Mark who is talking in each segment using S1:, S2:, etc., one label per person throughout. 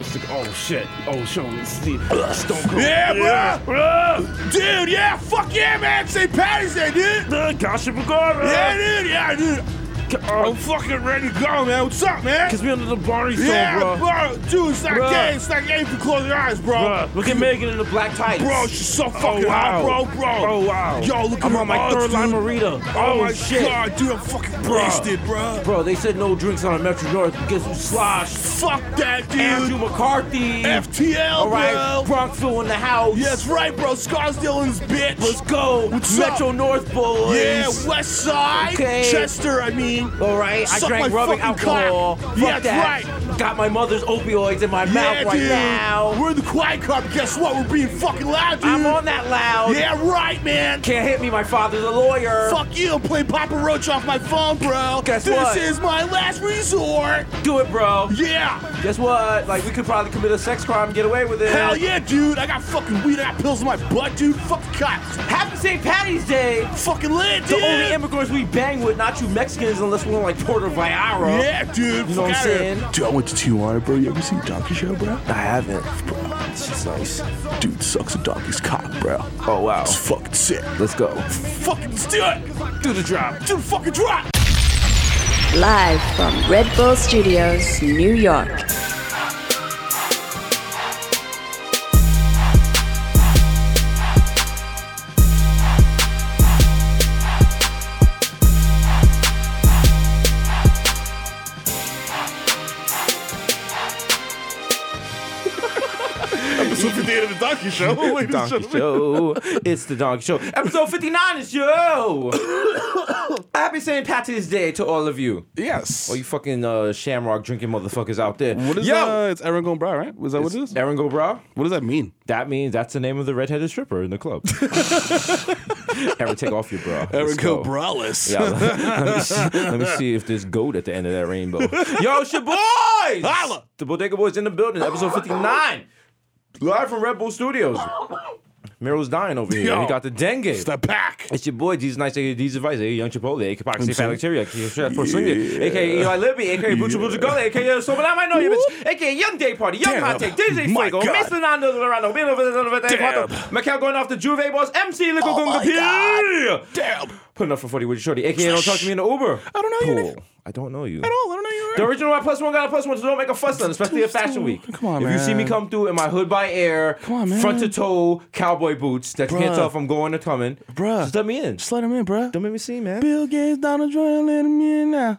S1: It's like, oh shit, oh shit, Steve, Stone Cold.
S2: Yeah,
S1: yeah. bruh!
S2: Dude, yeah, fuck yeah, man. St. Patty's Day, dude.
S1: Uh, Gossip Agora!
S2: Yeah, dude, yeah, dude. I'm fucking ready to go, man. What's up, man?
S1: oh, Cause we under the Barney song,
S2: yeah,
S1: bro.
S2: bro. Dude, it's not
S1: Bruh.
S2: gay. It's not gay if you close your eyes, bro.
S1: Bruh, Look at Megan in the black tights.
S2: Bro, she's so fucking
S1: Oh,
S2: hot,
S1: wow.
S2: bro, bro.
S1: Oh, wow.
S2: Yo, look
S1: I'm
S2: at
S1: on
S2: my
S1: my
S2: odds,
S1: third line
S2: dude.
S1: margarita.
S2: Oh,
S1: Oh,
S2: my
S1: shit.
S2: god, dude, I'm fucking wasted, bro.
S1: Bro, they said no drinks on a Metro North. Get some slosh.
S2: Fuck that,
S1: Andrew
S2: dude.
S1: McCarthy.
S2: FTL,
S1: All right,
S2: bro.
S1: Bronxville in the house.
S2: Yeah, that's right, bro. Scarsdale and this bitch.
S1: Let's go.
S2: What's
S1: Metro
S2: up?
S1: North boys.
S2: yeah, West Side.
S1: Okay.
S2: Chester, I mean.
S1: All right, I
S2: Suck
S1: drank
S2: my
S1: rubbing
S2: fucking
S1: alcohol.
S2: cock.
S1: Fuck
S2: Yeah,
S1: that.
S2: that's
S1: Got my mother's opioids in my
S2: yeah,
S1: mouth right
S2: dude.
S1: now.
S2: We're in the quiet car, but guess what? We're being fucking loud, dude.
S1: I'm on that loud.
S2: Yeah, right, man.
S1: Can't hit me. My father's a lawyer.
S2: Fuck you, play Papa Roach off my phone, bro.
S1: Guess
S2: this
S1: what?
S2: is my last resort.
S1: Do it, bro.
S2: Yeah.
S1: Guess what? Like we could probably commit a sex crime and get away with it.
S2: Hell yeah, dude. I got fucking weed. I got pills in my butt, dude. Fuck the cops.
S1: Happy St. Patty's Day.
S2: Fucking lit,
S1: The
S2: dude.
S1: only immigrants we bang with, not you Mexicans, unless we're like Puerto Vallarta.
S2: yeah, dude.
S1: You know
S2: Fuck
S1: what I'm
S2: outta here.
S1: saying?
S2: Dude, I went to Tijuana, bro. You ever seen Donkey Show, bro?
S1: I haven't. It's just nice.
S2: Dude sucks a donkey's cock, bro.
S1: Oh wow.
S2: It's fucking sick.
S1: Let's go.
S2: Fucking let's do it.
S1: Do the drop.
S2: Do the fucking drop.
S3: Live from Red Bull Studios, New York.
S2: Episode 58 of the Donkey Show. Ladies and
S1: Donkey Show. It's the Donkey Show. Episode 59 is yo. Happy St. Patrick's Day to all of you.
S4: Yes.
S1: All you fucking uh, shamrock drinking motherfuckers out there.
S4: what is
S1: Yo!
S4: that? It's Aaron Gombrowicz, right? Was that what it is?
S1: Aaron Gobra.
S4: What does that mean?
S1: That means that's the name of the redheaded stripper in the club. Aaron, take off your bra.
S4: Aaron
S1: Let's go.
S4: Gombrowicz.
S1: Yeah, let, me see, let me see if there's gold at the end of that rainbow. Yo, it's your boys!
S4: Holla!
S1: The Bodega Boys in the building, episode 59. Live from Red Bull Studios. Meryl's dying over here.
S4: Yo.
S1: he got the dengue.
S4: It's the pack.
S1: It's your boy, Jesus Nice, aka D's Advice, aka Young Chipotle, aka Poxy Fat
S4: saying-
S1: Bacteria, aka Chef for Slinger, aka Eli Libby, aka Bucha Bucha Gully, aka Someone I Might Know You Bitch, aka Young Day Party, Young
S4: Damn.
S1: Hot Take, DJ
S4: My
S1: Fuego,
S4: God.
S1: Mr. Nando Lorano, Bill of the
S4: Damn. Oh
S1: Mikel going off the Juve Boss, MC Lico
S4: my
S1: Gunga P.
S4: Damn.
S1: Putting up for 40 with your shorty, aka Don't Talk to Me in the Uber.
S4: I don't know you,
S1: Cool.
S4: nigga.
S1: I don't know you.
S4: At all. I don't know you.
S1: The original my plus one got a plus one, so don't make a fuss on, it, especially at Fashion Week.
S4: Come on,
S1: if you see me
S4: man.
S1: come through in my hood by air,
S4: Come on, man.
S1: front to toe cowboy boots that you can't
S4: Bruh.
S1: tell if I'm going or coming,
S4: Bruh.
S1: just let me in.
S4: Just let him in, bruh.
S1: Don't make me see, man.
S4: Bill Gates, Donald Trump, let him in now.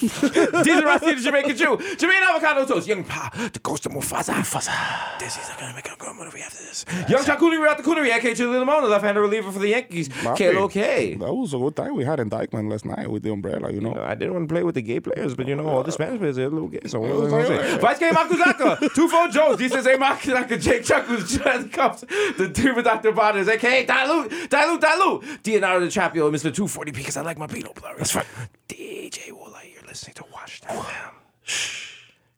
S1: These are our the Jamaican Jew. Jamaican avocado toast. Young Pa, the ghost of Mufasa. Mufasa. This is gonna make a good movie after this. Young Chakuli, we're out the coonery. AK Chili Limon, the left-hander reliever for the Yankees. KLOK.
S4: That was a good time we had in Dykeman last night with the umbrella, you know.
S1: I didn't want to play with the gay players, but you know, all the Spanish players are a little gay. So what was I
S4: Right,
S1: going to say?
S4: right.
S1: Vice K Makuzaka, Two Four Jones, Jesus A Makuzaka, Jake Chuckles, Chad Cups, the Diva Dr. Bonners, aka Dilute, Dilute, Dilute, Leonardo DiCaprio, Mr. 240 because I like my Beetle Blurry. That's right. DJ Woolite, you're listening to Watch That Fam.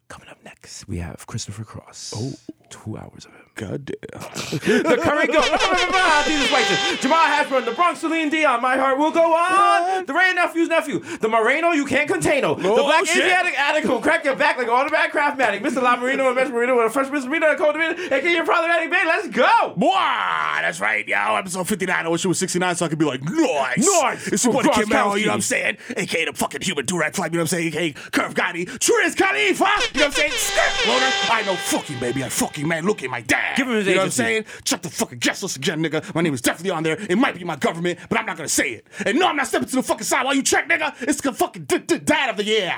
S1: Coming up next, we have Christopher Cross. Oh, two hours of him.
S4: God damn.
S1: The curry goat. Jesus White. Jamal Hashburn. The Bronx. Celine Dion. My heart will go on. The Ray nephew's nephew. The Moreno you can't contain. The
S4: Oh,
S1: Black
S4: shit.
S1: Asiatic addict who crack your back like an automatic craftmatic. Mr. La Marino and Mr. Marino with a fresh Mr. Marino and a cold Dominican. AKA your problematic babe. Let's go.
S4: Boy,
S2: That's right, yo. Episode 59. I wish it was 69 so I could be like, nice.
S1: Nice.
S2: It's your boy, the Kid Mero, you know
S1: Gronkowski.
S2: what I'm saying? AKA the fucking human durag flag, you know what I'm saying? AKA Curve Gotti, Triz Khalifa, you know what I'm saying? Skirt loader. I know fucking, baby. I fucking, man. Look at my dad.
S1: Give him his
S2: You know what I'm
S1: agency.
S2: saying? Check the fucking guest list again, nigga. My name is definitely on there. It might be my government, but I'm not gonna say it. And no, I'm not stepping to the fucking side while you check, nigga. It's the fucking d- d- dad of the year.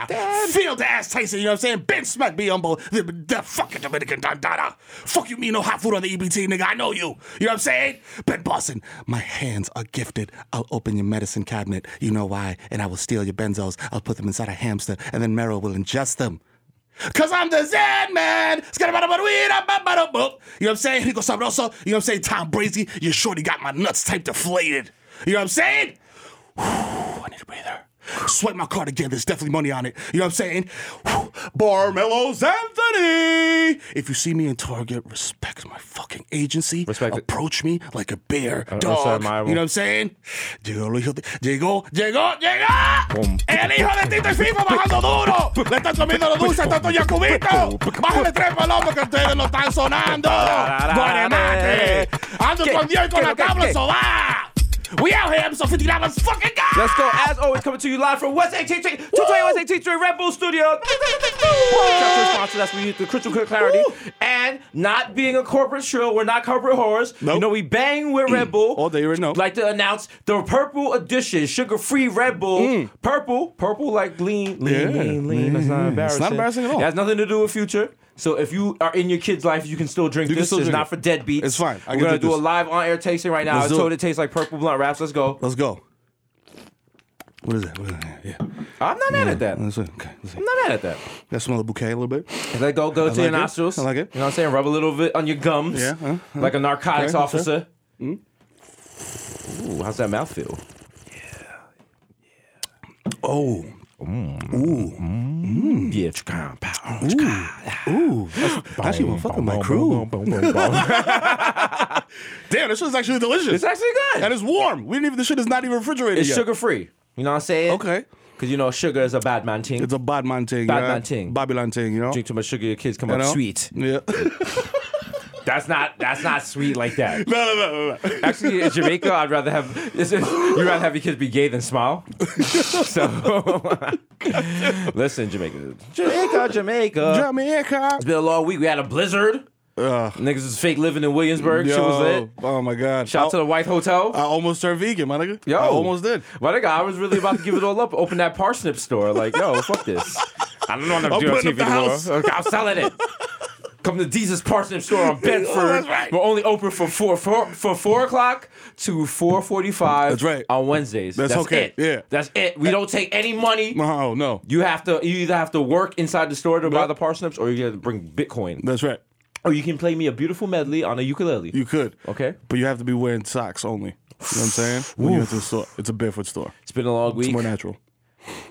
S2: Field ass Tyson, you know what I'm saying? Ben Smack be humble. The, the fucking Dominican Dandana. Fuck you, mean no hot food on the EBT, nigga. I know you. You know what I'm saying? Ben Boston, my hands are gifted. I'll open your medicine cabinet. You know why? And I will steal your benzos. I'll put them inside a hamster, and then Merrill will ingest them. Cause I'm the Zen man. Skadabadabaduidababadabop. You know what I'm saying? Rico Sabroso. You know what I'm saying? Tom Brady. You shorty got my nuts type deflated. You know what I'm saying? Whew, I need a breather. Swipe my card again. There's definitely money on it. You know what I'm saying? Whew. Barmelos Anthony. If you see me in Target, respect my fucking agency.
S1: Respect it. Uh,
S2: Approach me like a bear,
S1: I'm
S2: dog.
S1: sorry, Myron.
S2: you know what I'm saying? Llegó, el hijo de- llegó, llegó, llegó.
S1: Pum.
S2: El hijo de Tito y FIFA bajando duro. Le están comiendo los dulces a tanto Yacubito. Bájale tres palomas que ustedes no están sonando. Guaremate. Ando con Dios y con la tabla sobá. We out here, episode 59. Let's fucking go.
S1: Let's go. As always, coming to you live from West 18th Street, 220 West 18th Street, Red Bull Studio. Chapter sponsor. That's where you get the crystal clear clarity. And not being a corporate show, we're not corporate whores.
S2: Nope.
S1: You know, we bang with Red Bull.
S2: All day, you already know.
S1: Like to announce the purple edition, sugar-free Red Bull. Purple, purple like lean, lean,
S2: Mm. Yeah. Mm-hmm.
S1: lean, lean. That's not embarrassing.
S2: embarrassing at all.
S1: It has nothing to do with future. So if you are in your kid's life, you can still drink
S2: You can
S1: this.
S2: still
S1: it's
S2: drink
S1: not
S2: it.
S1: for deadbeats.
S2: It's fine. I
S1: We're
S2: can
S1: gonna
S2: do
S1: do a
S2: this.
S1: live on-air tasting right now.
S2: Let's
S1: I
S2: do
S1: told
S2: it.
S1: it tastes like purple blunt wraps. Let's go.
S2: Let's go. What is that? What is that? Yeah.
S1: I'm not mad at that.
S2: That's it. Okay. That's it.
S1: I'm not mad at that.
S2: Got smell the bouquet a little bit.
S1: Let go, go to
S2: like
S1: your
S2: it.
S1: nostrils.
S2: I like it.
S1: You know what I'm saying? Rub a little bit on your gums.
S2: Yeah, uh, uh.
S1: like a narcotics
S2: Okay, Mm. okay.
S1: officer. Ooh, how's that mouth feel?
S2: Oh.
S1: Yeah, chicka, pow,
S2: Ooh.
S1: chicka.
S2: Ooh. That's actually one fucking my crew. Damn, this is actually delicious.
S1: It's actually good.
S2: and it's warm. We didn't even. This shit is not even refrigerated
S1: it's
S2: yet.
S1: sugar free. You know what I'm saying?
S2: Okay.
S1: Because you know sugar is a bad man thing.
S2: It's a bad man thing.
S1: Bad
S2: yeah?
S1: man thing.
S2: Babylon thing. You know.
S1: Drink too much sugar, your kids come
S2: you
S1: up
S2: know?
S1: sweet.
S2: Yeah. no,
S1: That's not. That's not sweet like that.
S2: no, no, no, no.
S1: Actually, in Jamaica, I'd rather have it's- it's- you'd rather have your kids be gay than smile. So, listen, Jamaica, Jamaica, Jamaica.
S2: Jamaica.
S1: It's been a long week. We had a blizzard. Niggas is fake living in Williamsburg. Shit was lit.
S2: Oh my god.
S1: Shout out to the White Hotel.
S2: I almost turned vegan, my nigga.
S1: yo,
S2: I almost did.
S1: My nigga, I was really about to give it all up. Open that parsnip store. Like, yo, fuck this. I don't know what
S2: I'm
S1: I'm doing on
S2: putting up
S1: TV
S2: the
S1: tomorrow.
S2: house.
S1: Okay, I'm selling it. Come to Jesus Parsnip Store on Bedford.
S2: Oh, that's right.
S1: We're only open from four, four for four o'clock to four forty-five.
S2: That's right.
S1: On Wednesdays.
S2: That's okay.
S1: It.
S2: Yeah.
S1: That's it. We don't take any money.
S2: Oh no.
S1: You have to. You either have to work inside the store to buy
S2: Yep.
S1: the parsnips, or you got to bring Bitcoin.
S2: That's right.
S1: Or you can play me a beautiful medley on a ukulele.
S2: You could.
S1: Okay.
S2: But you have to be wearing socks only. You know what I'm saying? When you go to the store. It's a barefoot store.
S1: it's been a long
S2: It's
S1: week.
S2: more natural.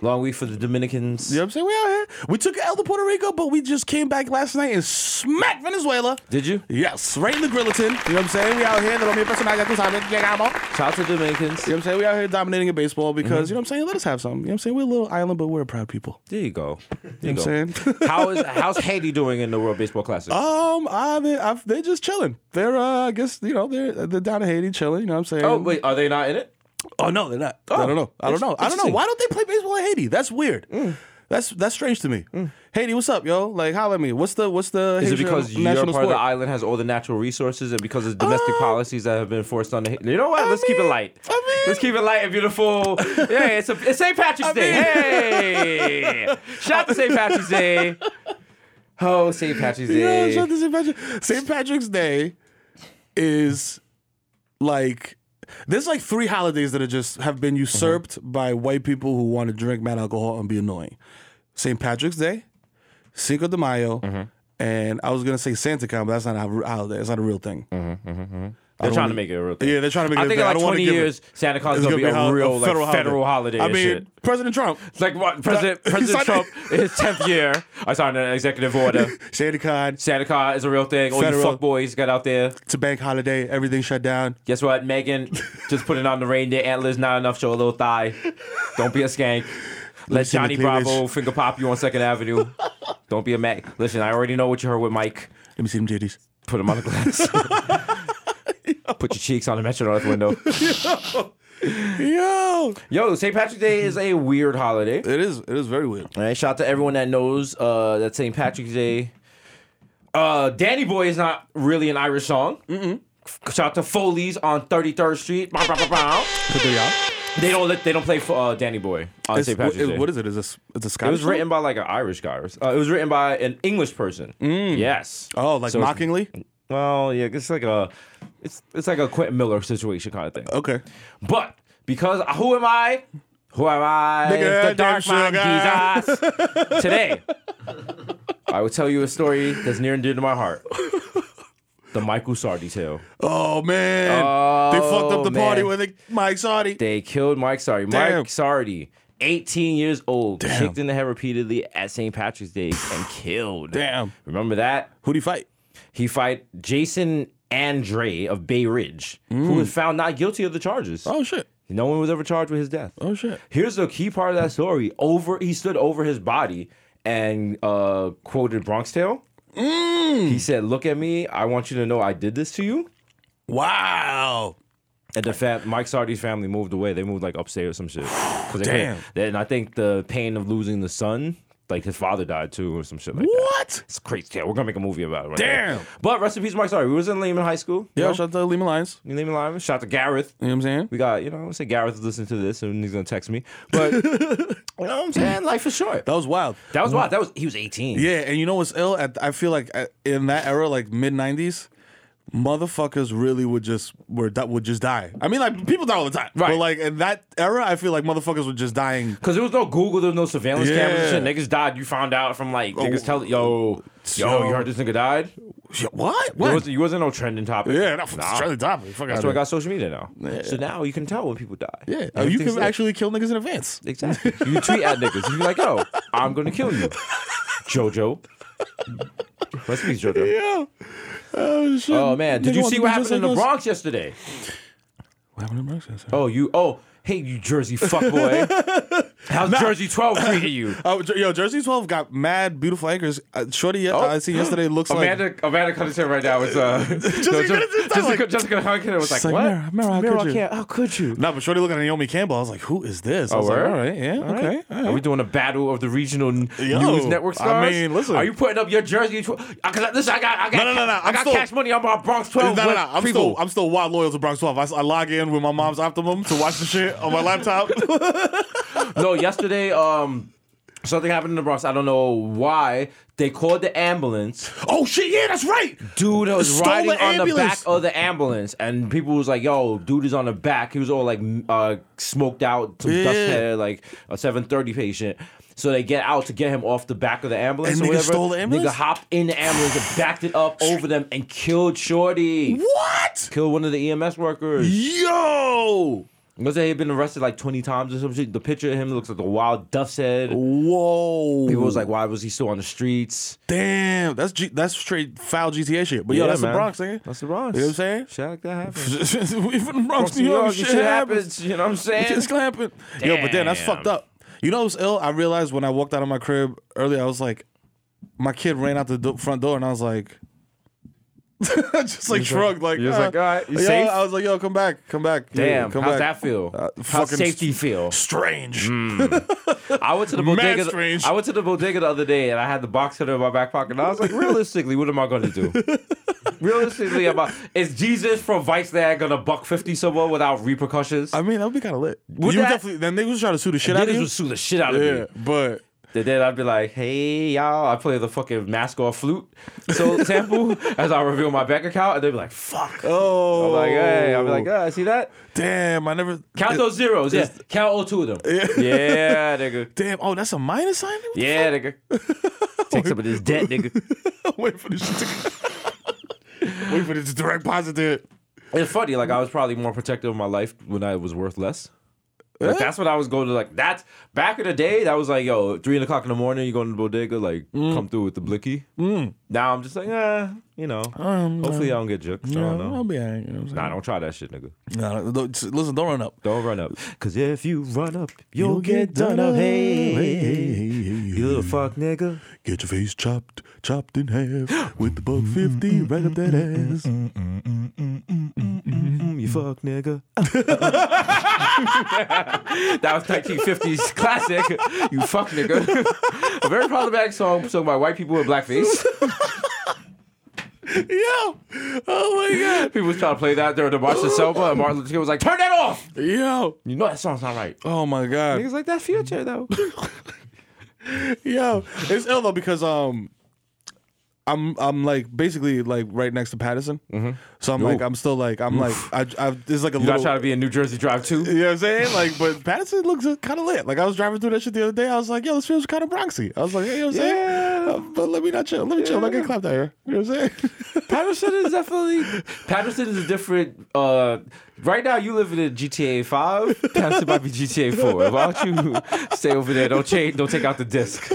S1: Long week for the Dominicans.
S2: You know what I'm saying? We out here. We took El to Puerto Rico, but we just came back last night and smacked Venezuela.
S1: Did you?
S2: Yes, right in the Grilleton. You know what I'm saying? We out here. Little mi personal, ya tú sabes, llegamos.
S1: Shout out to the Dominicans.
S2: You know what I'm saying? We out here dominating in baseball
S1: Mm-hmm.
S2: because, you know what I'm saying? Let us have some. You know what I'm saying? We're a little island, but we're a proud people.
S1: There you go. There you
S2: You know
S1: go.
S2: what I'm saying?
S1: How is how's Haiti doing in the World Baseball Classic?
S2: Um, I mean, I've, they're just chilling. They're, uh, I guess, you know, they're they're down in Haiti chilling. You know what I'm saying?
S1: oh wait, are they not in it?
S2: Oh no, they're not. I don't know. I don't know. I don't know.
S1: Interesting.
S2: Why don't they play baseball in Haiti? That's weird. That's that's strange to me. Haiti, what's up, yo? Like, holla at me. What's the what's the
S1: Is it
S2: Haitian
S1: because your part
S2: national
S1: of the
S2: sport?
S1: island has all the natural resources and because of domestic
S2: Uh,
S1: policies that have been forced on the Haiti? You know what?
S2: I
S1: Let's keep it
S2: mean-
S1: light.
S2: I mean-
S1: Let's keep it light and beautiful. yeah, it's a, it's St. Patrick's Day.
S2: mean-
S1: hey, shout out to St. Patrick's Day. Oh, St. Patrick's
S2: Yeah,
S1: Day.
S2: shout out to St. Patrick. St. Patrick's Day is like there's like three holidays that are just have been usurped by white people who want to drink mad alcohol and be annoying. St. Patrick's Day, Cinco de Mayo, and I was gonna say Santa Con, but that's not a r- holiday. It's not a real thing.
S1: They're trying to make it a real thing.
S2: Yeah, they're trying to make it
S1: I
S2: a
S1: think
S2: thing. I
S1: in
S2: don't
S1: like
S2: wanna
S1: 20
S2: give it-
S1: years, Santa Claus is
S2: It's
S1: gonna, be a,
S2: hol-
S1: real like, federal, holiday.
S2: I
S1: and
S2: mean,
S1: shit.
S2: President Trump,
S1: It's like what President
S2: He
S1: President
S2: signed
S1: Trump
S2: it.
S1: in his tenth year. I signed an executive order.
S2: Santa Con,
S1: Santa Claus is a real thing. All you
S2: Federal.
S1: fuck boys got out there.
S2: it's a bank holiday. Everything shut down.
S1: Guess what? Megan just put it on the reindeer antlers. Not enough. Show a little thigh. Don't be a skank. Let
S2: see the
S1: Johnny
S2: cleavage.
S1: Bravo finger pop you on Second Avenue. Don't be a Mac. Listen, I already know what you heard with Mike.
S2: Let me see them titties.
S1: Put him on the glass. Put your cheeks on the Metro North window.
S2: Yo,
S1: Yo, St. Patrick's Day is a weird holiday.
S2: it is. It is very weird.
S1: All right, shout out to everyone that knows uh, that St. Patrick's Day. Uh, Danny Boy is not really an Irish song. Mm-mm. Shout out to Foley's on 33rd Street. Bow, bow, bow, bow.
S2: Put the yacht.
S1: They don't let, they don't play for uh, Danny Boy on
S2: It's-
S1: St. Patrick's
S2: it-
S1: Day.
S2: What is it? Is this? It's a Scottish.
S1: it was
S2: song?
S1: written by like an Irish guy. or s- Uh, it was written by an English person. Yes.
S2: Oh, like
S1: So it's-
S2: mockingly.
S1: Well, yeah, it's like a it's it's like a Quentin Miller situation kind of thing.
S2: Okay.
S1: But because who am I? Who am I?
S2: Nigga,
S1: the dark
S2: damn
S1: man, Jesus. Today, I will tell you a story that's near and dear to my heart. The Michael Sardi tale.
S2: Oh man, they fucked up the
S1: Oh,
S2: party
S1: man.
S2: with it. Mike Sardi.
S1: They killed Mike Sardi.
S2: Damn.
S1: Mike Sardi 18 years old, kicked in the head repeatedly at St. Patrick's Day and killed.
S2: Damn.
S1: Remember that?
S2: Who'd he fight?
S1: He fight Jason Andre of Bay Ridge, who was found not guilty of the charges.
S2: Mm. Oh shit.
S1: No one was ever charged with his death.
S2: Oh, shit.
S1: Here's the key part of that story. Over he stood over his body and uh, quoted Bronx Tale.
S2: Mm.
S1: He said, "Look at me. I want you to know I did this to you."
S2: Wow.
S1: And the fam- Mike Sardi's family moved away. They moved like upstate or some shit. 'Cause they
S2: Damn.
S1: couldn't- Then I think the pain of losing the son, like his father died too, or some shit like that.
S2: What?
S1: It's crazy. Yeah, we're gonna make a movie about it. Right
S2: Damn.
S1: now. But rest in peace, Mike Sardi. We was in Lehman High School.
S2: Yo,
S1: you know?
S2: shout out to Lehman Lions.
S1: Lehman Lyman. Shout out to Gareth.
S2: You know what I'm saying?
S1: We got, you know, I would say Gareth is listening to this and he's gonna text me. But you know what I'm saying? Life is short.
S2: That was wild.
S1: That was wild. That was he was 18.
S2: Yeah, and you know what's ill? At, I feel like at, in that era, like mid '90s, motherfuckers really would just were that would just die. I mean, like people die all the time,
S1: Right.
S2: But like in that era, I feel like motherfuckers were just dying.
S1: Cause there was no Google, there was no surveillance
S2: Yeah. Oh.
S1: cameras and shit. Niggas died. You found out from like niggas tell yo, yo,
S2: So-
S1: you heard this nigga died.
S2: Shit, What?
S1: There
S2: What?
S1: was, you wasn't no trending topic.
S2: yeah, that's Charlie Dobley. Fuck
S1: That's
S2: outta
S1: why I
S2: here.
S1: got social media now. So now you can tell when people die.
S2: Yeah, oh, you
S1: Everything's
S2: can
S1: lit.
S2: actually kill niggas in advance.
S1: exactly. You tweet at niggas. You be like, yo, I'm gonna kill you, JoJo. Rest in peace, JoJo.
S2: Yeah. Oh shit.
S1: Oh man, did
S2: Nigga
S1: you
S2: wanna
S1: see
S2: be
S1: what
S2: just
S1: happened in
S2: like
S1: the
S2: us.
S1: Bronx yesterday?
S2: What happened in the Bronx? Yes, sir.
S1: Oh, you. Oh, hey, you Jersey fuckboy. How's Jersey 12 treating you?
S2: Oh, Jer- yo, Jersey 12 got mad beautiful anchors. Uh, Shorty, uh, I seen yesterday looks
S1: Oh. Amanda,
S2: like.
S1: Amanda Cunningham right now is uh, no, Jessica,
S2: Cunningham,
S1: Jessica,
S2: like-
S1: Jessica Cunningham was like,
S2: She's like, Mira,
S1: what?
S2: Mira, how could you?
S1: can't- how could you?
S2: Nah, but Shorty looking at Naomi Campbell. I was like, who is this? I
S1: Oh,
S2: was like,
S1: word?
S2: all right, yeah,
S1: All right.
S2: okay. all right.
S1: Are we doing a battle of the regional n-
S2: Yo,
S1: news network
S2: I
S1: stars?
S2: mean, listen.
S1: Are you putting up your Jersey? Tw- I, cause I, listen, I got, I got,
S2: No, no, no, no,
S1: I
S2: I'm
S1: got
S2: still-
S1: cash money on my Bronx 12.
S2: no, no,
S1: with
S2: no. I'm
S1: people.
S2: still, I'm still wild loyal to Bronx 12. I, s- I log in with my mom's Optimum to watch the shit on my laptop.
S1: no, yesterday, um, something happened in the Bronx. I don't know why. They called the ambulance.
S2: oh shit, yeah, that's right.
S1: dude was
S2: Stole
S1: riding
S2: the
S1: on the back
S2: ambulance.
S1: of the ambulance, and people was like, "Yo, dude is on the back." He was all like m- uh, smoked out, some dust
S2: Yeah.
S1: hair, like a seven thirty patient. So they get out to get him off the back of the ambulance.
S2: And
S1: or
S2: nigga
S1: whatever.
S2: stole the ambulance?
S1: Nigga hopped in the ambulance and backed it up over them and killed Shorty.
S2: What?
S1: Killed one of the EMS workers.
S2: Yo.
S1: Let's say he'd been arrested like twenty times or something. The picture of him looks like the wild duff's head.
S2: Whoa.
S1: People was like, "Why was he still on the streets?"
S2: damn, that's G- that's straight foul GTA shit. But yo,
S1: Yeah,
S2: that's
S1: man.
S2: the Bronx, nigga.
S1: That's the Bronx.
S2: You know what I'm saying?
S1: Shit like that happens.
S2: we from the Bronx,
S1: Bronx, New York, shit, happens. You know what I'm saying?
S2: It's clamping. Yo, but then that's
S1: Damn.
S2: fucked up. You know what's ill? I realized when I walked out of my crib earlier, I was like, my kid ran out the do- front door, and I was like, I just like shrugged, like, uh,
S1: you're just like, all right, you
S2: yo,
S1: safe?
S2: I was like, yo, come back, come back, Yeah,
S1: Damn,
S2: come
S1: how's
S2: back.
S1: that Mm. feel?
S2: Uh,
S1: how's
S2: fucking
S1: safety feel?
S2: Strange.
S1: I went to the
S2: Mad
S1: bodega. The,
S2: strange.
S1: I went to the bodega the other day, and I had the box cutter in my back pocket. And I was like, realistically, what am I going to do? realistically, about is Jesus from Vice Land going to buck fifty someone without repercussions?
S2: I mean, that would be kind of lit. you would
S1: Would that-
S2: definitely then they was trying to sue the shit out of
S1: Niggas
S2: you.
S1: would sue the shit out of
S2: Yeah,
S1: me.
S2: but
S1: And then I'd be like, hey, y'all, I play the fucking mask or flute so sample as I reveal my bank account. And they'd be like, fuck.
S2: oh,
S1: I'm like, hey, I'm like, ah, see that?
S2: damn, I never
S1: Count
S2: it-
S1: those zeros. Yeah. Count all two of them. Yeah, nigga.
S2: Damn, oh, that's a minus sign. What the
S1: Yeah, nigga. Take some of this debt, nigga.
S2: Wait for this shit to Wait for this direct positive.
S1: It's funny, like I was probably more protective of my life when I was worth less. Like, that's when I was going to like that's back in the day. That was like yo, three o'clock in the morning. You going to the bodega, like come through with the blicky. Now I'm just like, eh, you know. hopefully Mm. I don't get juked. I don't know.
S2: I'll be all right. You know what I'm
S1: Nah, don't try that shit, nigga.
S2: saying? Nah, don't- just- listen, don't run up.
S1: Don't run up, cause if you run up, you'll, get, done up. Hey, hey, hey, you little fuck, nigga.
S2: Get your face chopped, chopped in half with the buck 50 right up that ass.
S1: Mm, you fuck, nigga. that was 1950s classic. You fuck, nigga. A very problematic song sung by white people with blackface.
S2: Yo! Oh my god.
S1: People was trying to play that during the March of Selma, and Martin Luther King was like, "Turn that off."
S2: Yo!
S1: You know that song's not right.
S2: Oh my god.
S1: Niggas like that future though.
S2: Yo. It's ill though because um I'm I'm like basically like right next to Patterson. So I'm like I'm still like I'm like I I there's like a
S1: You not
S2: little
S1: trying to be in New Jersey Drive too?
S2: You know what I'm saying? Like, but Patterson looks kind of lit. Like, I was driving through that shit the other day. I was like, yo, this feels kind of Bronxy. I was like, hey, you know what I'm saying? Uh, but let me not chill. Let me chill. Let me get clapped out here. You know what I'm saying?
S1: Patterson is definitely Patterson is a different. Uh, right now, you live in a GTA Five. Patterson might be GTA Four. Why don't you stay over there? Don't change. Don't take out the disc.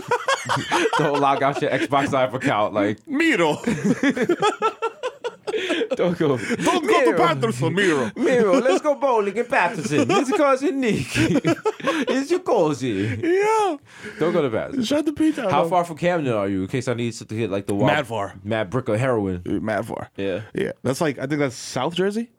S1: don't log out your Xbox Live account. Like,
S4: Miro.
S1: don't go.
S4: Don't go to Panthers for Miro.
S1: Miro, let's go bowling in Patterson. This cousin Nick. it's your cousin.
S2: yeah.
S1: Don't go to Patterson.
S2: Shut the beat out.
S1: How
S2: though.
S1: far from Camden are you? In case I need to hit like the wild,
S2: Mad far.
S1: mad brick of heroin.
S2: Mad far.
S1: Yeah.
S2: Yeah. That's like I think that's South Jersey.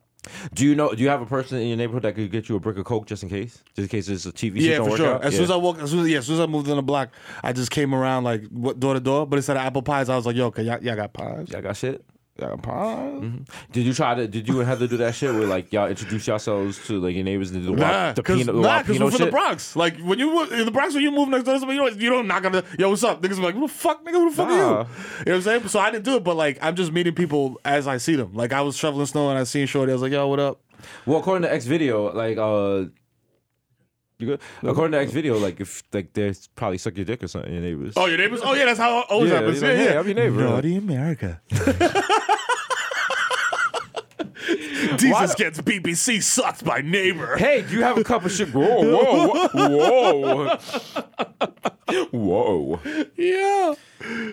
S1: Do you know? Do you have a person in your neighborhood that could get you a brick of coke just in case? Just in case there's a TV. shit
S2: Yeah,
S1: don't
S2: for
S1: work
S2: sure.
S1: out?
S2: As
S1: Yeah.
S2: soon as I walked, as soon as, yeah, as soon as I moved in the block, I just came around like what, door to door. But instead of apple pies, I was like, "Yo, okay, y'all, y'all got pies?
S1: Y'all got shit.
S2: Y'all got pies?"
S1: Mm-hmm. Did you try to? Did you and Heather do that shit where like y'all introduce yourselves to like your neighbors and do the wild,
S2: Nah,
S1: the
S2: cause,
S1: peanut, the
S2: nah,
S1: wild
S2: 'cause
S1: Pino
S2: we're from
S1: shit?
S2: the Bronx. Like when you wo- in the Bronx, when you move next door to somebody, you don't, you don't knock on the yo, what's up? Niggas be like, who the fuck, nigga, who the fuck are you? You
S1: Nah.
S2: know what I'm saying? So I didn't do it, but like I'm just meeting people as I see them. Like I was shoveling snow and I seen Shorty, I was like, yo, what up?
S1: Well, according to X video, like uh, you good? According to X video, like if like they probably suck your dick or something, your neighbors.
S2: Oh, your neighbors? Oh yeah, that's how it always
S1: Yeah,
S2: happens.
S1: you know,
S2: yeah,
S1: hey,
S2: yeah.
S1: I'm your neighbor.
S2: Naughty America. Jesus
S1: the-
S2: gets BBC sucked by neighbor.
S1: Hey, do you have a cup of shit? Whoa, whoa, whoa, whoa.
S2: Yeah. Oh,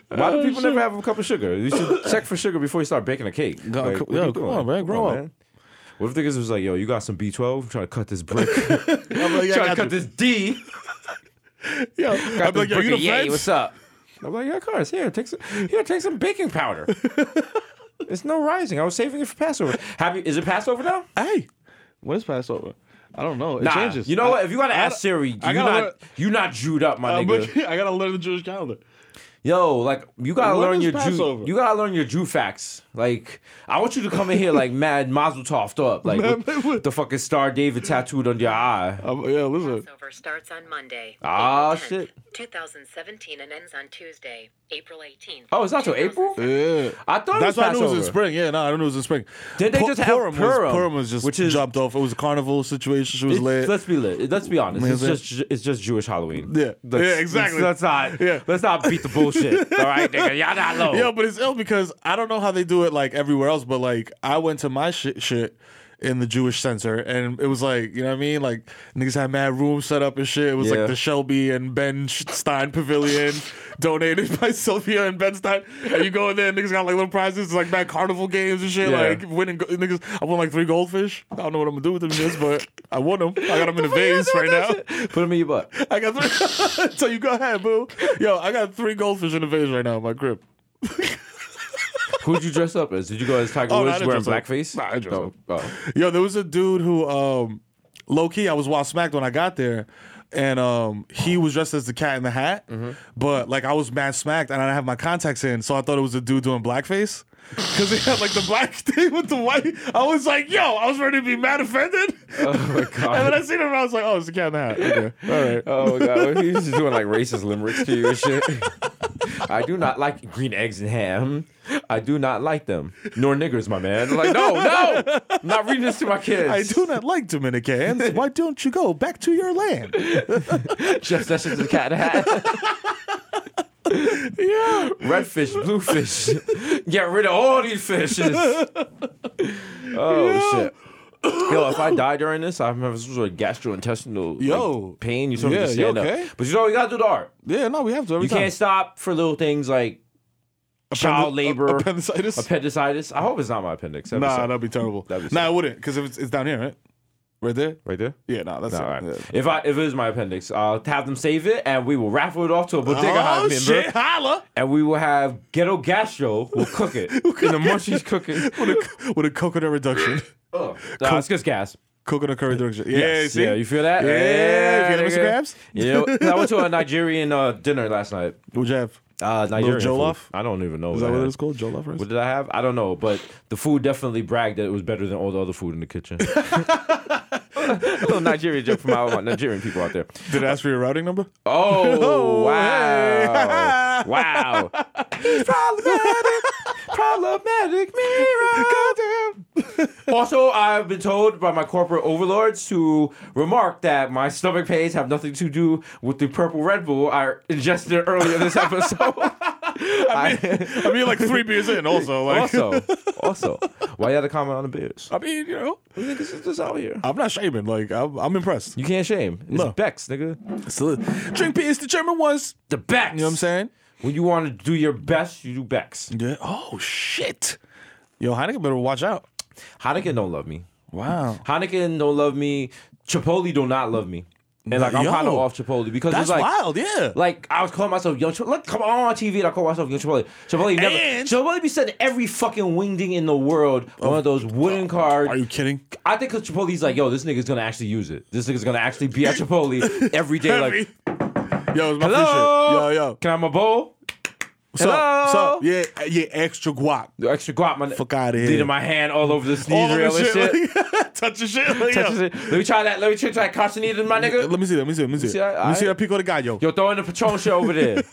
S1: Why do people never have a cup of sugar? You should check for sugar before you start baking a cake.
S2: No,
S1: Like,
S2: co-
S1: what are
S2: yo,
S1: you
S2: come
S1: doing?
S2: on, man, grow up.
S1: What if the niggas was like, yo, you got some B12? I'm trying to cut this brick. I'm
S2: I'm like, yeah,
S1: trying
S2: I
S1: to
S2: got
S1: cut this D.
S2: you. Yo,
S1: Got
S2: I'm
S1: this
S2: like, yo,
S1: brick
S2: you the
S1: of yay,
S2: feds?
S1: what's up? I'm like, yeah, of course. Here, take some, here, take some baking powder. It's no rising. I was saving it for Passover. Have you, is it Passover now?
S2: Hey, when is Passover? I don't know. It
S1: Nah.
S2: changes.
S1: You know
S2: I-
S1: what? If you gotta
S2: I-
S1: ask Siri, you
S2: I
S1: not
S2: gotta learn- Uh,
S1: you not Jewed up, my
S2: I
S1: nigga.
S2: gotta learn the Jewish calendar.
S1: Yo, like you gotta
S2: When
S1: learn
S2: is
S1: your
S2: Passover?
S1: Jew. You gotta learn your Jew facts. Like I want you to come in here like mad Mazel Tov up, like
S2: Man,
S1: with
S2: man, what-
S1: the fucking Star David tattooed on your eye.
S2: Um, yeah, listen.
S5: Passover starts on Monday.
S1: Ah,
S5: April 10th,
S1: shit.
S5: 2017 and ends on Tuesday, April 18th.
S1: Oh, it's not till April?
S5: 2017.
S2: Yeah.
S1: I thought
S2: That's
S1: it was
S2: why I knew
S1: Passover.
S2: it was in spring. Yeah, no, I knew it was in spring.
S1: Did they
S2: Pu-
S1: just have Purim,
S2: Was, Purim was just
S1: which is-
S2: jumped off. It was a carnival situation. She was
S1: It's-
S2: late.
S1: let's be lit. Let's be honest.
S2: Man,
S1: It's
S2: man.
S1: just it's just Jewish Halloween.
S2: Yeah. Yeah, exactly.
S1: Let's, let's not
S2: Yeah.
S1: let's not beat the bullshit. All right, nigga, y'all not low.
S2: Yeah, but it's ill because I don't know how they do it like everywhere else. But like I went to my shit, shit in the Jewish center, and it was like you know what I mean. Like niggas had mad rooms set up and shit. It was
S1: Yeah.
S2: like the Shelby and Ben Stein Pavilion donated by Sylvia and Ben Stein. And you go in there, and niggas got like little prizes, it's, like mad carnival games and shit.
S1: Yeah.
S2: Like winning go- niggas. I won like three goldfish. I don't know what I'm gonna do with them shits, but I won them. I got them in a vase right now.
S1: Put them in your butt.
S2: I got three. so you go ahead, boo. Yo, I got three goldfish in the vase right now in my crib.
S1: Who'd you dress up as? Did you go as Tiger
S2: Oh, no, I
S1: Woods
S2: didn't
S1: wearing
S2: dress up.
S1: blackface?
S2: Nah, I dressed
S1: No. Oh.
S2: Yo, there was a dude who um low key I was wild smacked when I got there. And um, he was dressed as the cat in the hat, but like I was mad smacked and I didn't have my contacts in, so I thought it was a dude doing blackface because he had like the black thing with the white. I was like, yo, I was ready to be mad offended.
S1: my God.
S2: and then I seen him and I was like, oh, it's the cat in the hat. Okay, all right.
S1: Oh my god, he's just doing like racist limericks to you and shit. I do not like green eggs and ham. I do not like them, nor niggers, my man. like, no, no, I'm not reading this to my kids.
S2: I do not like Dominicans. Why don't you go back to your land?
S1: Just that's just a cat in a hat. yeah, red fish, blue fish. Get rid of all these fishes. Oh shit. Yo, if I die during this, I remember some sort of gastrointestinal like,
S2: Yo.
S1: pain. You sort of
S2: Yeah,
S1: just
S2: you
S1: stand
S2: okay?
S1: up, but you know you gotta do the art.
S2: Yeah, no, we have to. Every
S1: You
S2: time.
S1: can't stop for little things like child labor,
S2: appendicitis.
S1: appendicitis. I hope it's not my appendix. That'd be
S2: Nah,
S1: sad.
S2: that'd be terrible.
S1: That'd be
S2: nah,
S1: sick.
S2: it wouldn't, because if it's, it's down here, right? Right there.
S1: right there.
S2: Yeah, nah, that's
S1: Nah,
S2: it.
S1: all right.
S2: Yeah.
S1: If I if it is my appendix, I'll have them save it, and we will raffle it off to a bodega hive
S2: Oh
S1: member,
S2: shit! Holla
S1: and we will have ghetto gastro. who will cook it in the munchies cooking.
S2: with a with a coconut reduction,
S1: Oh, nah, it's just gas.
S2: coconut curry reduction. Yeah,
S1: Yes,
S2: see?
S1: yeah, you feel that?
S2: Yeah,
S1: yeah
S2: you feel that, Mr. Krabs?
S1: Yeah, 'cause I went to a Nigerian uh, dinner last night.
S2: What'd you have?
S1: Uh, Nigerian food.
S2: jollof?
S1: I don't even know.
S2: Is that
S1: I
S2: what
S1: had.
S2: it's called? Jollof rice.
S1: What did I have? I don't know, but the food definitely bragged that it was better than all the other food in the kitchen. a little Nigerian joke from our Nigerian people out there.
S2: Did I ask for your routing number? Oh,
S1: Oh, wow.
S2: hey.
S1: wow. problematic, problematic mirror. Also, I've been told by my corporate overlords to remark that my stomach pains have nothing to do with the purple Red Bull I ingested earlier this episode. I
S2: I mean, like three beers in, also. Like,
S1: also, also, why you had to comment on the beers?
S2: I mean, you know,
S1: Niggas is just out here.
S2: I'm not shaming. Like, I'm, I'm impressed.
S1: You can't shame. It's
S2: No.
S1: Bex, nigga.
S2: Still, drink beers, the German ones.
S1: The Bex.
S2: You know what I'm saying?
S1: When you want to do your best, you do Bex.
S2: Yeah. Oh shit. Yo, Heineken better watch out.
S1: Heineken don't love me.
S2: Wow.
S1: Heineken don't love me. Chipotle do not love me. And like I'm
S2: Yo.
S1: kind of off Chipotle because
S2: That's
S1: it's like
S2: wild, yeah.
S1: Like I was calling myself Young Chipotle. Look, come on TV, and I call myself Young Chipotle. Chipotle never.
S2: And-
S1: Chipotle be sending every fucking wingding in the world one of those wooden cards.
S2: Are you kidding?
S1: I think because Chipotle's like, yo, this nigga's gonna actually use it. This nigga's gonna actually be at Chipotle every day.
S2: Heavy.
S1: Like,
S2: yo, it's my free shit.
S1: hello,
S2: Yo, yo.
S1: can I have my bowl?
S2: So,
S1: Hello?
S2: so, yeah, yeah, extra guap.
S1: The extra guap, my
S2: Fuck outta here.
S1: Leading my hand all over the
S2: All
S1: sneeze
S2: of
S1: rail and
S2: this
S1: shit.
S2: shit. Like, touch your shit. Like,
S1: Touches
S2: yo.
S1: it. Let me try that. Let me try that cochinita, my nigga.
S2: Let me see that. Let me see that. Let me see,
S1: See,
S2: that.
S1: I-
S2: Let me see
S1: I-
S2: that pico de gallo.
S1: Yo, throw in the Patron shit over there.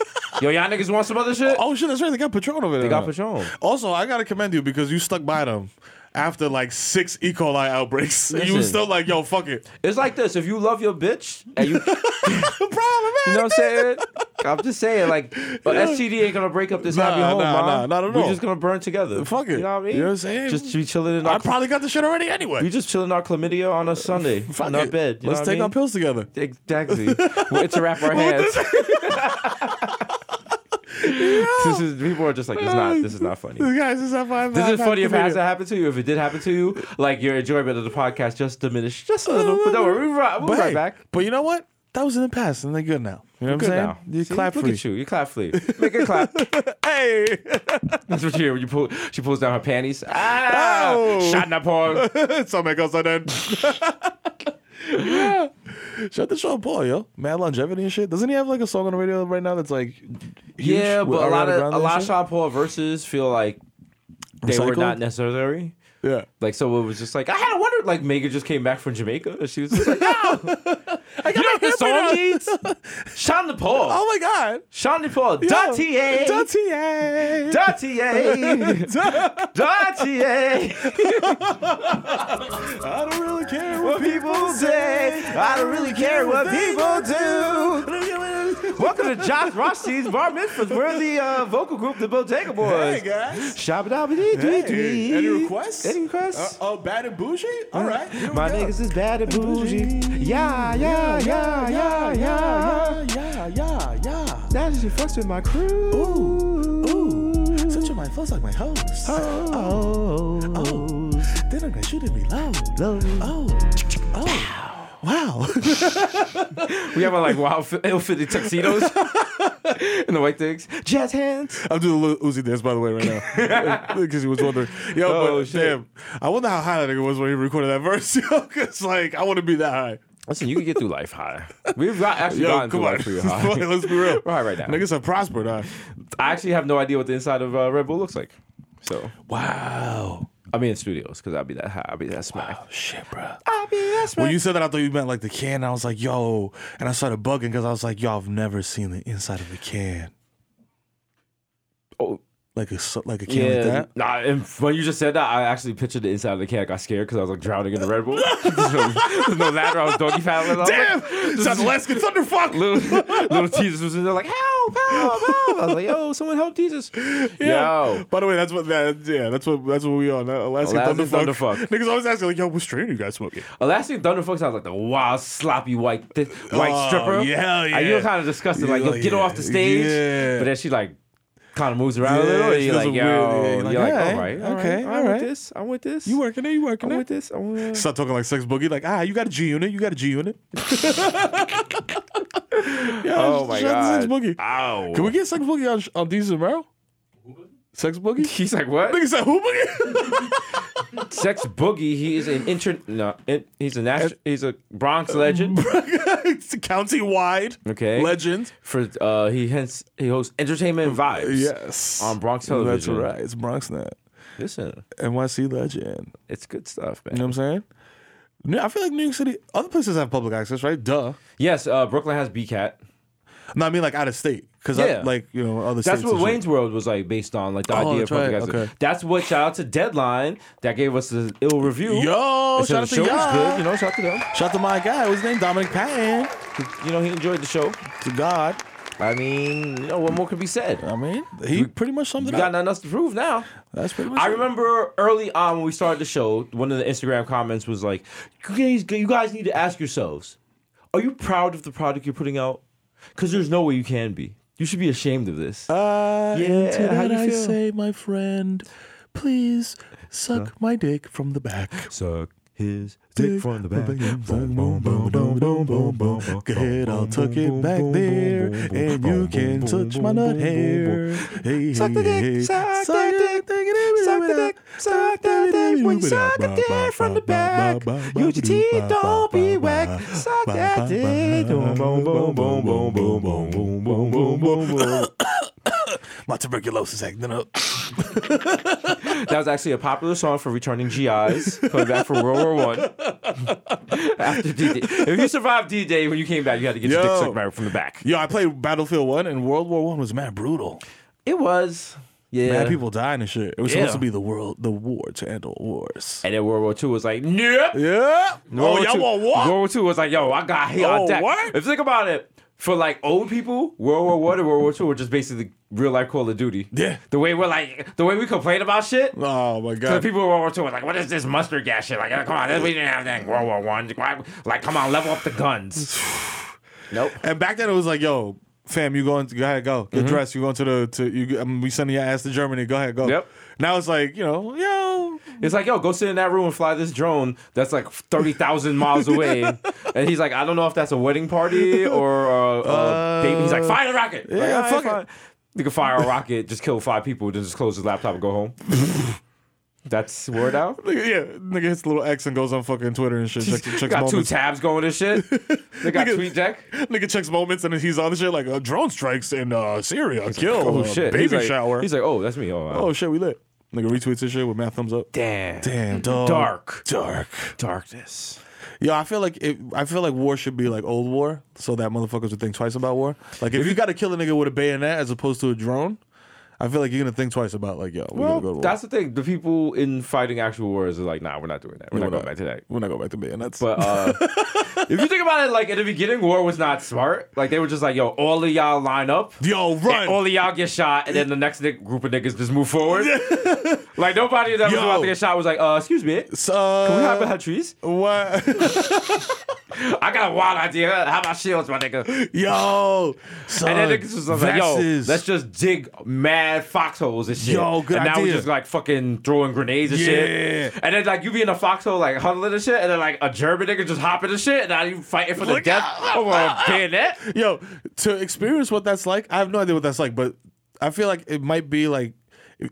S1: yo, y'all niggas want some other shit?
S2: Oh shit, that's right. They got Patron over there. They
S1: got Patron.
S2: Also, I gotta commend you because you stuck by them after like six E. coli outbreaks. you were
S1: Listen.
S2: still like, yo, fuck it.
S1: It's like this: if you love your bitch and you, you
S2: No problem, man.
S1: know what I'm saying. I'm just saying, like, but STD ain't gonna break up this
S2: Nah,
S1: happy home,
S2: nah,
S1: man.
S2: nah, not at
S1: We're
S2: all.
S1: just gonna burn together.
S2: Fuck it.
S1: You know what I mean?
S2: You know what I'm saying?
S1: Just be chilling in
S2: I
S1: our.
S2: probably got the shit already anyway.
S1: we just chilling our chlamydia on a Sunday
S2: Fuck
S1: in our
S2: it.
S1: bed. You
S2: Let's
S1: know
S2: take our
S1: what
S2: pills together.
S1: I mean? Exactly. We're to wrap our hands. this is people are just like, it's not. This is not funny.
S2: This guys is not five.
S1: This is funny if it has happened to you. If it did happen to you, like your enjoyment of the podcast just diminished just a little. But don't worry, we'll be right, we'll be
S2: But,
S1: right
S2: hey,
S1: back.
S2: but you know what? That was in the past, and they're good now. You know what I'm saying?
S1: now.
S2: You
S1: See,
S2: clap
S1: look
S2: free.
S1: at you. You clap free. Make a clap.
S2: Hey,
S1: That's what you hear when you pull. She pulls down her panties. Ah,
S2: Oh.
S1: shot in the palm.
S2: something goes on then. yeah. Shout out to Sean Paul, yo. Mad longevity and shit. Doesn't he have like a song on the radio right now that's like huge
S1: Yeah,
S2: with
S1: but a lot
S2: Ariana
S1: of
S2: Grande
S1: a
S2: and
S1: lot of
S2: shit?
S1: Sean Paul verses feel like they were
S2: Recycled?
S1: not necessary.
S2: Yeah.
S1: Like so, it was just like I had to wonder. Like Megan just came back from Jamaica, and she was just like, "No, I you know what this song needs? Sean Paul,
S2: Oh my god.
S1: Sean Paul,
S2: Yo.
S1: Dottier,
S2: Dottier.
S1: Dottier, Dottier."
S2: I don't really care
S1: what people say. I don't really care what people do. Welcome to Josh Rothstein's Bar Mitzvahs. We're the uh, vocal group, the Bodega Boys.
S2: Hey guys.
S1: Shabba-dabba-dee, dee,
S2: Hey,
S1: dee.
S2: any requests?
S1: Any requests?
S2: Uh, oh, bad and bougie? All right. here we
S1: My
S2: go.
S1: niggas is bad and Uh, bougie. Yeah, yeah, yeah, yeah, yeah.
S2: yeah, yeah, yeah.
S1: Now she fucks with my crew.
S2: Ooh, ooh. Such a my fuss like my host.
S1: Oh,
S2: Oh. Then I'm gonna shoot it me low. Oh, oh. Wow.
S1: We have our like wild, ill-fitted tuxedos and the white things. Jazz hands.
S2: I'm doing a little Uzi dance, by the way, right now. Because he was wondering. Yo,
S1: Oh,
S2: but
S1: shit.
S2: damn. I wonder how high that nigga was when he recorded that verse, yo. Because, like, I want to be that high.
S1: Listen, you can get through life high. We've got actually
S2: Yo,
S1: gotten
S2: come
S1: through
S2: on.
S1: life pretty high.
S2: Let's be real.
S1: Right, right now.
S2: Niggas have prospered, huh?
S1: I actually have no idea what the inside of uh, Red Bull looks like. So
S2: Wow. Oh,
S1: I mean, in studios because I'll be that high, I'll be that smack.
S2: Shit, bro.
S1: I'll be that smack.
S2: When you said that, I thought you meant like the can. I was like, yo. And I started bugging because I was like, yo, I've never seen the inside of a can.
S1: oh,
S2: Like a, so- like a can like
S1: yeah,
S2: that.
S1: nah. And when you just said that, I actually pictured the inside of the can. I got scared because I was like drowning in the Red Bull. there's, no, there's no ladder. I was doggy paddling. I was
S2: Damn!
S1: Like,
S2: It's Alaskan Thunderfuck!
S1: Little, little Jesus was in there like help, help, help. I was like, yo, someone help Jesus. Yo,
S2: By the way, that's what that yeah, that's what that's what we are. That Alaskan,
S1: Alaskan
S2: Thunderfuck.
S1: Thunderfuck.
S2: Niggas always asking like, yo, what strain are you guys smoking?
S1: Elastic Thunderfuck sounds like the wild, sloppy white, thi- white
S2: Oh,
S1: stripper.
S2: yeah, yeah.
S1: And you're kind of disgusted, like,
S2: Yeah,
S1: yo, get
S2: yeah,
S1: off the stage.
S2: yeah.
S1: But then she like kind of moves around a
S2: Yeah,
S1: little. And
S2: she
S1: you're
S2: does
S1: like, yo,
S2: a weird- yeah,
S1: you're
S2: you're like,
S1: like, all
S2: alright,
S1: right, all
S2: okay,
S1: right, I'm
S2: alriking
S1: with
S2: it,
S1: this. I'm with this.
S2: working it? You working
S1: I'm with this. I'm with
S2: Stop talking like sex boogie. Like, ah, you got a G unit. You got a G unit. yeah,
S1: Oh
S2: shout out to
S1: my god.
S2: Sex boogie.
S1: Ow.
S2: Can we get sex boogie on on these tomorrow? Sex boogie.
S1: He's like, what?
S2: Nigga said who boogie?
S1: Sex Boogie. He is an inter. No, in- he's a nation- He's a Bronx legend.
S2: it's county wide.
S1: Okay.
S2: Legend.
S1: For uh, he hence he hosts Entertainment Vibes.
S2: Yes.
S1: On Bronx
S2: That's
S1: Television.
S2: right. It's Bronx net.
S1: Listen,
S2: NYC legend.
S1: it's good stuff, man.
S2: You know what I'm saying? No, I feel like New York City. Other places have public access, right? Duh.
S1: Yes, uh, Brooklyn has BCAT.
S2: No, I mean like out of state, because
S1: Yeah.
S2: like you know other.
S1: That's
S2: states
S1: what
S2: and shit.
S1: Wayne's World was like based on, like the idea of
S2: that's right,
S1: public access.
S2: okay.
S1: That's what shout out to Deadline that gave us an ill review.
S2: Yo,
S1: They
S2: shout out
S1: said the
S2: to
S1: show was
S2: y'all.
S1: good, you know. Shout out to them.
S2: Shout out to my guy. What's his name? Dominic Patton.
S1: You know, he enjoyed the show.
S2: To God.
S1: I mean, you know, what more could be said?
S2: I mean, he pretty much summed
S1: We
S2: it
S1: got
S2: up.
S1: nothing else to prove now.
S2: That's pretty much.
S1: I
S2: it.
S1: remember early on when we started the show, one of the Instagram comments was like, "You guys, you guys need to ask yourselves: Are you proud of the product you're putting out? Because there's no way you can be. You should be ashamed of this."
S2: Uh,
S1: Yeah,
S2: and to
S1: how
S2: that
S1: you
S2: I
S1: feel?
S2: say, my friend, please suck my dick from the back.
S1: Suck his dick from the back.
S2: Boom, boom, boom, boom, boom, boom, boom. Go ahead, I'll tuck it back there, and you can touch my nut hair. Hey,
S1: Suck the
S2: hey,
S1: dick,
S2: hey.
S1: suck
S2: Suck
S1: the dick, suck the dick, suck the dick. When you suck the dick from the back, use your teeth, don't be whack. Suck that dick. Boom, boom, boom, boom, boom, boom, boom, boom, boom, boom, boom, boom.
S2: My tuberculosis acting up.
S1: That was actually a popular song for returning GIs coming back from World War One. After D Day, if you survived D Day, when you came back, you had to get your dick
S2: Yo.
S1: sucked right from the back.
S2: Yo, I played Battlefield One, and World War One was mad brutal.
S1: It was, yeah.
S2: Mad people dying and shit. It was
S1: Yeah.
S2: supposed to be the world, the war to end all wars.
S1: And then World War Two was like, nope.
S2: Yeah.
S1: World
S2: Oh, y'all
S1: War
S2: want
S1: Two-
S2: war?
S1: World War Two was like, yo, I got here on
S2: Oh,
S1: deck.
S2: what?
S1: If you think about it, for like old people, World War One and World War Two were just basically real life Call of Duty.
S2: Yeah.
S1: The way we're like, the way we complain about shit.
S2: Oh my
S1: The
S2: god.
S1: people in World War Two were like, "What is this mustard gas shit? Like, oh, come on, we didn't have that in World War One. Why- Like, come on, level up the guns." nope.
S2: And back then it was like, yo, fam, you going? Go ahead, go. Get
S1: Mm-hmm.
S2: dressed. You going to the to you? I mean, we sending your ass to Germany. Go ahead, go.
S1: Yep.
S2: Now it's like, you know, yo,
S1: It's like, yo, go sit in that room and fly this drone that's like thirty thousand miles away. and he's like, I don't know if that's a wedding party or a, a baby. He's like, fire the rocket. Like,
S2: Uh, yeah,
S1: "All right,
S2: fuck it."
S1: fine." You can fire a rocket, just kill five people, then just close his laptop and go home. that's word out.
S2: nigga, yeah, nigga hits the little X and goes on fucking Twitter and shit. Checks, checks
S1: got two
S2: moments.
S1: tabs going and shit. They got
S2: Nigga-
S1: tweet deck.
S2: nigga checks moments and then he's on the shit like uh, drone strikes in uh, Syria. Kill.
S1: Oh
S2: uh,
S1: shit! he's
S2: Baby
S1: like,
S2: shower.
S1: He's like, oh, that's me. Oh, wow.
S2: oh shit, we lit. Nigga retweets this shit with mad thumbs up.
S1: damn,
S2: Damn, dog.
S1: dark,
S2: Dark.
S1: darkness.
S2: Yo, I feel like it, I feel like war should be like old war, so that motherfuckers would think twice about war. Like if, you got to kill a nigga with a bayonet as opposed to a drone, I feel like you're gonna think twice about like yo, we're gonna go to
S1: Well,
S2: war.
S1: that's the thing. The people in fighting actual wars are like, nah, we're not doing that. We're,
S2: We're
S1: not going back to that.
S2: We're not going back to bayonets.
S1: But uh, if you think about it, like at the beginning, war was not smart. Like they were just like, yo, all of y'all line up.
S2: yo,
S1: and
S2: run.
S1: All of y'all get shot, and then the next ni- group of niggas just move forward. like nobody that was
S2: Yo.
S1: about to get shot was like, "Uh, excuse me, can
S2: So, uh,
S1: we hide behind trees?
S2: what?
S1: I got a wild idea. How about shields, my nigga?"
S2: yo, son,
S1: And then niggas was like, "Yo,
S2: Vestas.
S1: let's just dig mad foxholes and shit."
S2: Yo, good
S1: and now we
S2: idea.
S1: just like fucking throwing grenades and shit.
S2: Yeah.
S1: And then like you be in a foxhole like huddling and shit, and then like a German nigga just hopping and shit, and now you fighting for the
S2: Look
S1: death
S2: out.
S1: over a bayonet.
S2: yo, to experience what that's like, I have no idea what that's like, but I feel like it might be like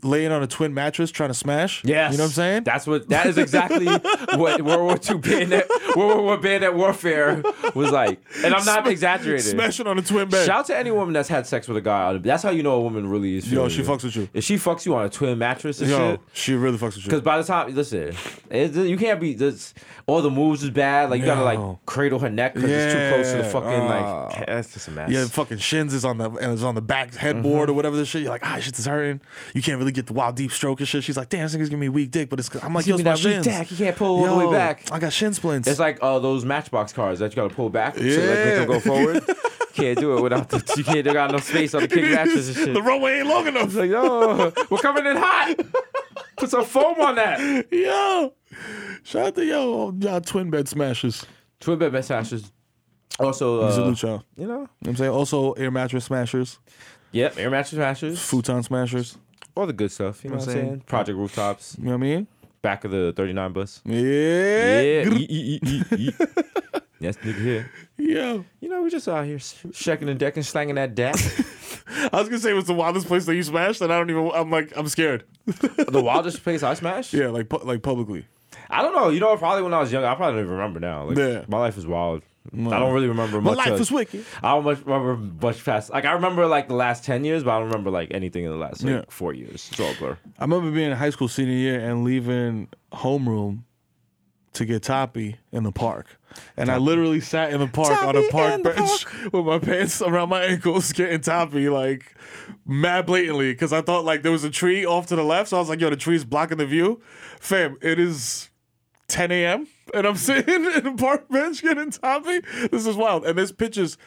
S2: laying on a twin mattress trying to smash.
S1: Yes.
S2: you know what I'm saying?
S1: That's what that is exactly what World War II bayonet World War One bayonet warfare was like. And I'm not
S2: Sma-
S1: exaggerating.
S2: Smashing on a twin bed.
S1: Shout to any woman that's had sex with a guy. on- That's how you know a woman really is.
S2: Yo,
S1: feeling
S2: she
S1: you.
S2: fucks with you.
S1: If she fucks you on a twin mattress and
S2: Yo,
S1: shit.
S2: she really fucks with you.
S1: Because by the time, listen, it, you can't be this. All the moves is bad. Like you gotta
S2: No.
S1: like cradle her neck because it's too close to the
S2: Yeah.
S1: fucking
S2: Ah.
S1: like. That's just a mess.
S2: Yeah, fucking shins is on the and is on the back
S1: Mm-hmm.
S2: headboard or whatever the shit. You're like, ah, shit is hurting. You can't really get the wild deep stroke and shit. She's like, damn, this nigga's giving me weak dick, but it's I'm like,
S1: Give
S2: yo,
S1: me
S2: it's my
S1: that weak
S2: shins.
S1: dick. You can't pull all the way
S2: Yo,
S1: back.
S2: I got shin splints.
S1: It's like uh, those Matchbox cars that you gotta pull back to like, make
S2: Yeah.
S1: them go forward. can't do it without the. You can't. They got no space on the kick mattress and shit.
S2: the runway ain't long enough.
S1: like yo, we're coming in hot. Put some foam on that.
S2: yo, shout out to yo, y'all twin bed smashes.
S1: Twin bed bed smashes. Also, uh,
S2: Salute y'all. You know
S1: you know,
S2: what I'm saying? Also, air mattress smashers,
S1: yep, air mattress smashers,
S2: futon smashers.
S1: all the good stuff. You know what I'm saying? Project rooftops,
S2: You know what I mean?
S1: back of the 39 bus.
S2: Yeah.
S1: Yeah.
S2: Grr.
S1: ee, ee, ee, ee, ee. That's nigga here.
S2: Yo.
S1: You know, we just out here sh- shaking the deck and slanging that deck.
S2: I was gonna say it was the wildest place that you smashed, and I don't even. I'm like, I'm scared.
S1: the wildest place I smashed?
S2: Yeah, like pu- like publicly.
S1: I don't know. You know, probably when I was young, I probably don't even remember now. Like,
S2: Yeah.
S1: My life is wild. I don't really remember
S2: My
S1: much.
S2: life
S1: of-
S2: is wicked.
S1: I don't much remember much past. Like, I remember, like, the last 10 years, but I don't remember, like, anything in the last, like,
S2: Yeah.
S1: four years. It's all a blur.
S2: I remember being in high school senior year and leaving homeroom to get toppy in the park. And I literally sat in the park on a
S1: Toppy in
S2: park
S1: the
S2: bench with my pants around my ankles getting toppy like mad blatantly because I thought like there was a tree off to the left. So I was like, yo, the tree's blocking the view. Fam, it is 10 a.m. and I'm sitting in the park bench getting toppy. This is wild. And there's pictures.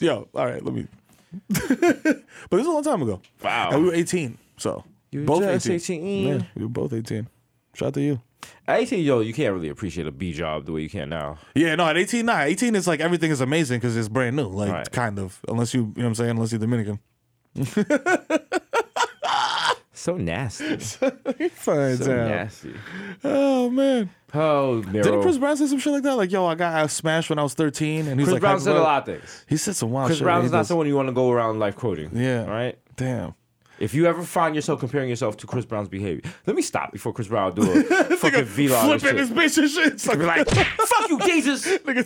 S2: Yo, all right, let me. But this is a long time ago.
S1: Wow.
S2: And we were 18. So both
S1: just
S2: 18.
S1: 18.
S2: Yeah, we were both 18. Shout out to you.
S1: At 18, yo, you can't really appreciate a B job the way you can now.
S2: Yeah, no, at 18, nah. 18 is like everything is amazing because it's brand new. Like,
S1: Right.
S2: kind of. Unless you, you know what I'm saying? Unless you're Dominican.
S1: So nasty.
S2: Fine,
S1: So
S2: damn.
S1: nasty.
S2: Oh, man.
S1: Oh, Nero.
S2: Didn't Chris Brown say some shit like that? Like, yo, I got I smashed when I was 13. And he's
S1: Chris
S2: like,
S1: Brown said a
S2: hyper-
S1: lot of things.
S2: He said some wild
S1: Chris
S2: shit.
S1: Brown
S2: He
S1: is not
S2: does-
S1: someone you want to go around life quoting.
S2: Yeah.
S1: All right.
S2: Damn.
S1: If you ever find yourself comparing yourself to Chris Brown's behavior, let me stop before Chris Brown do a fucking vlog.
S2: Flipping
S1: and shit.
S2: his bitch and shit. It's like, like
S1: Fuck you, Jesus.
S2: nigga,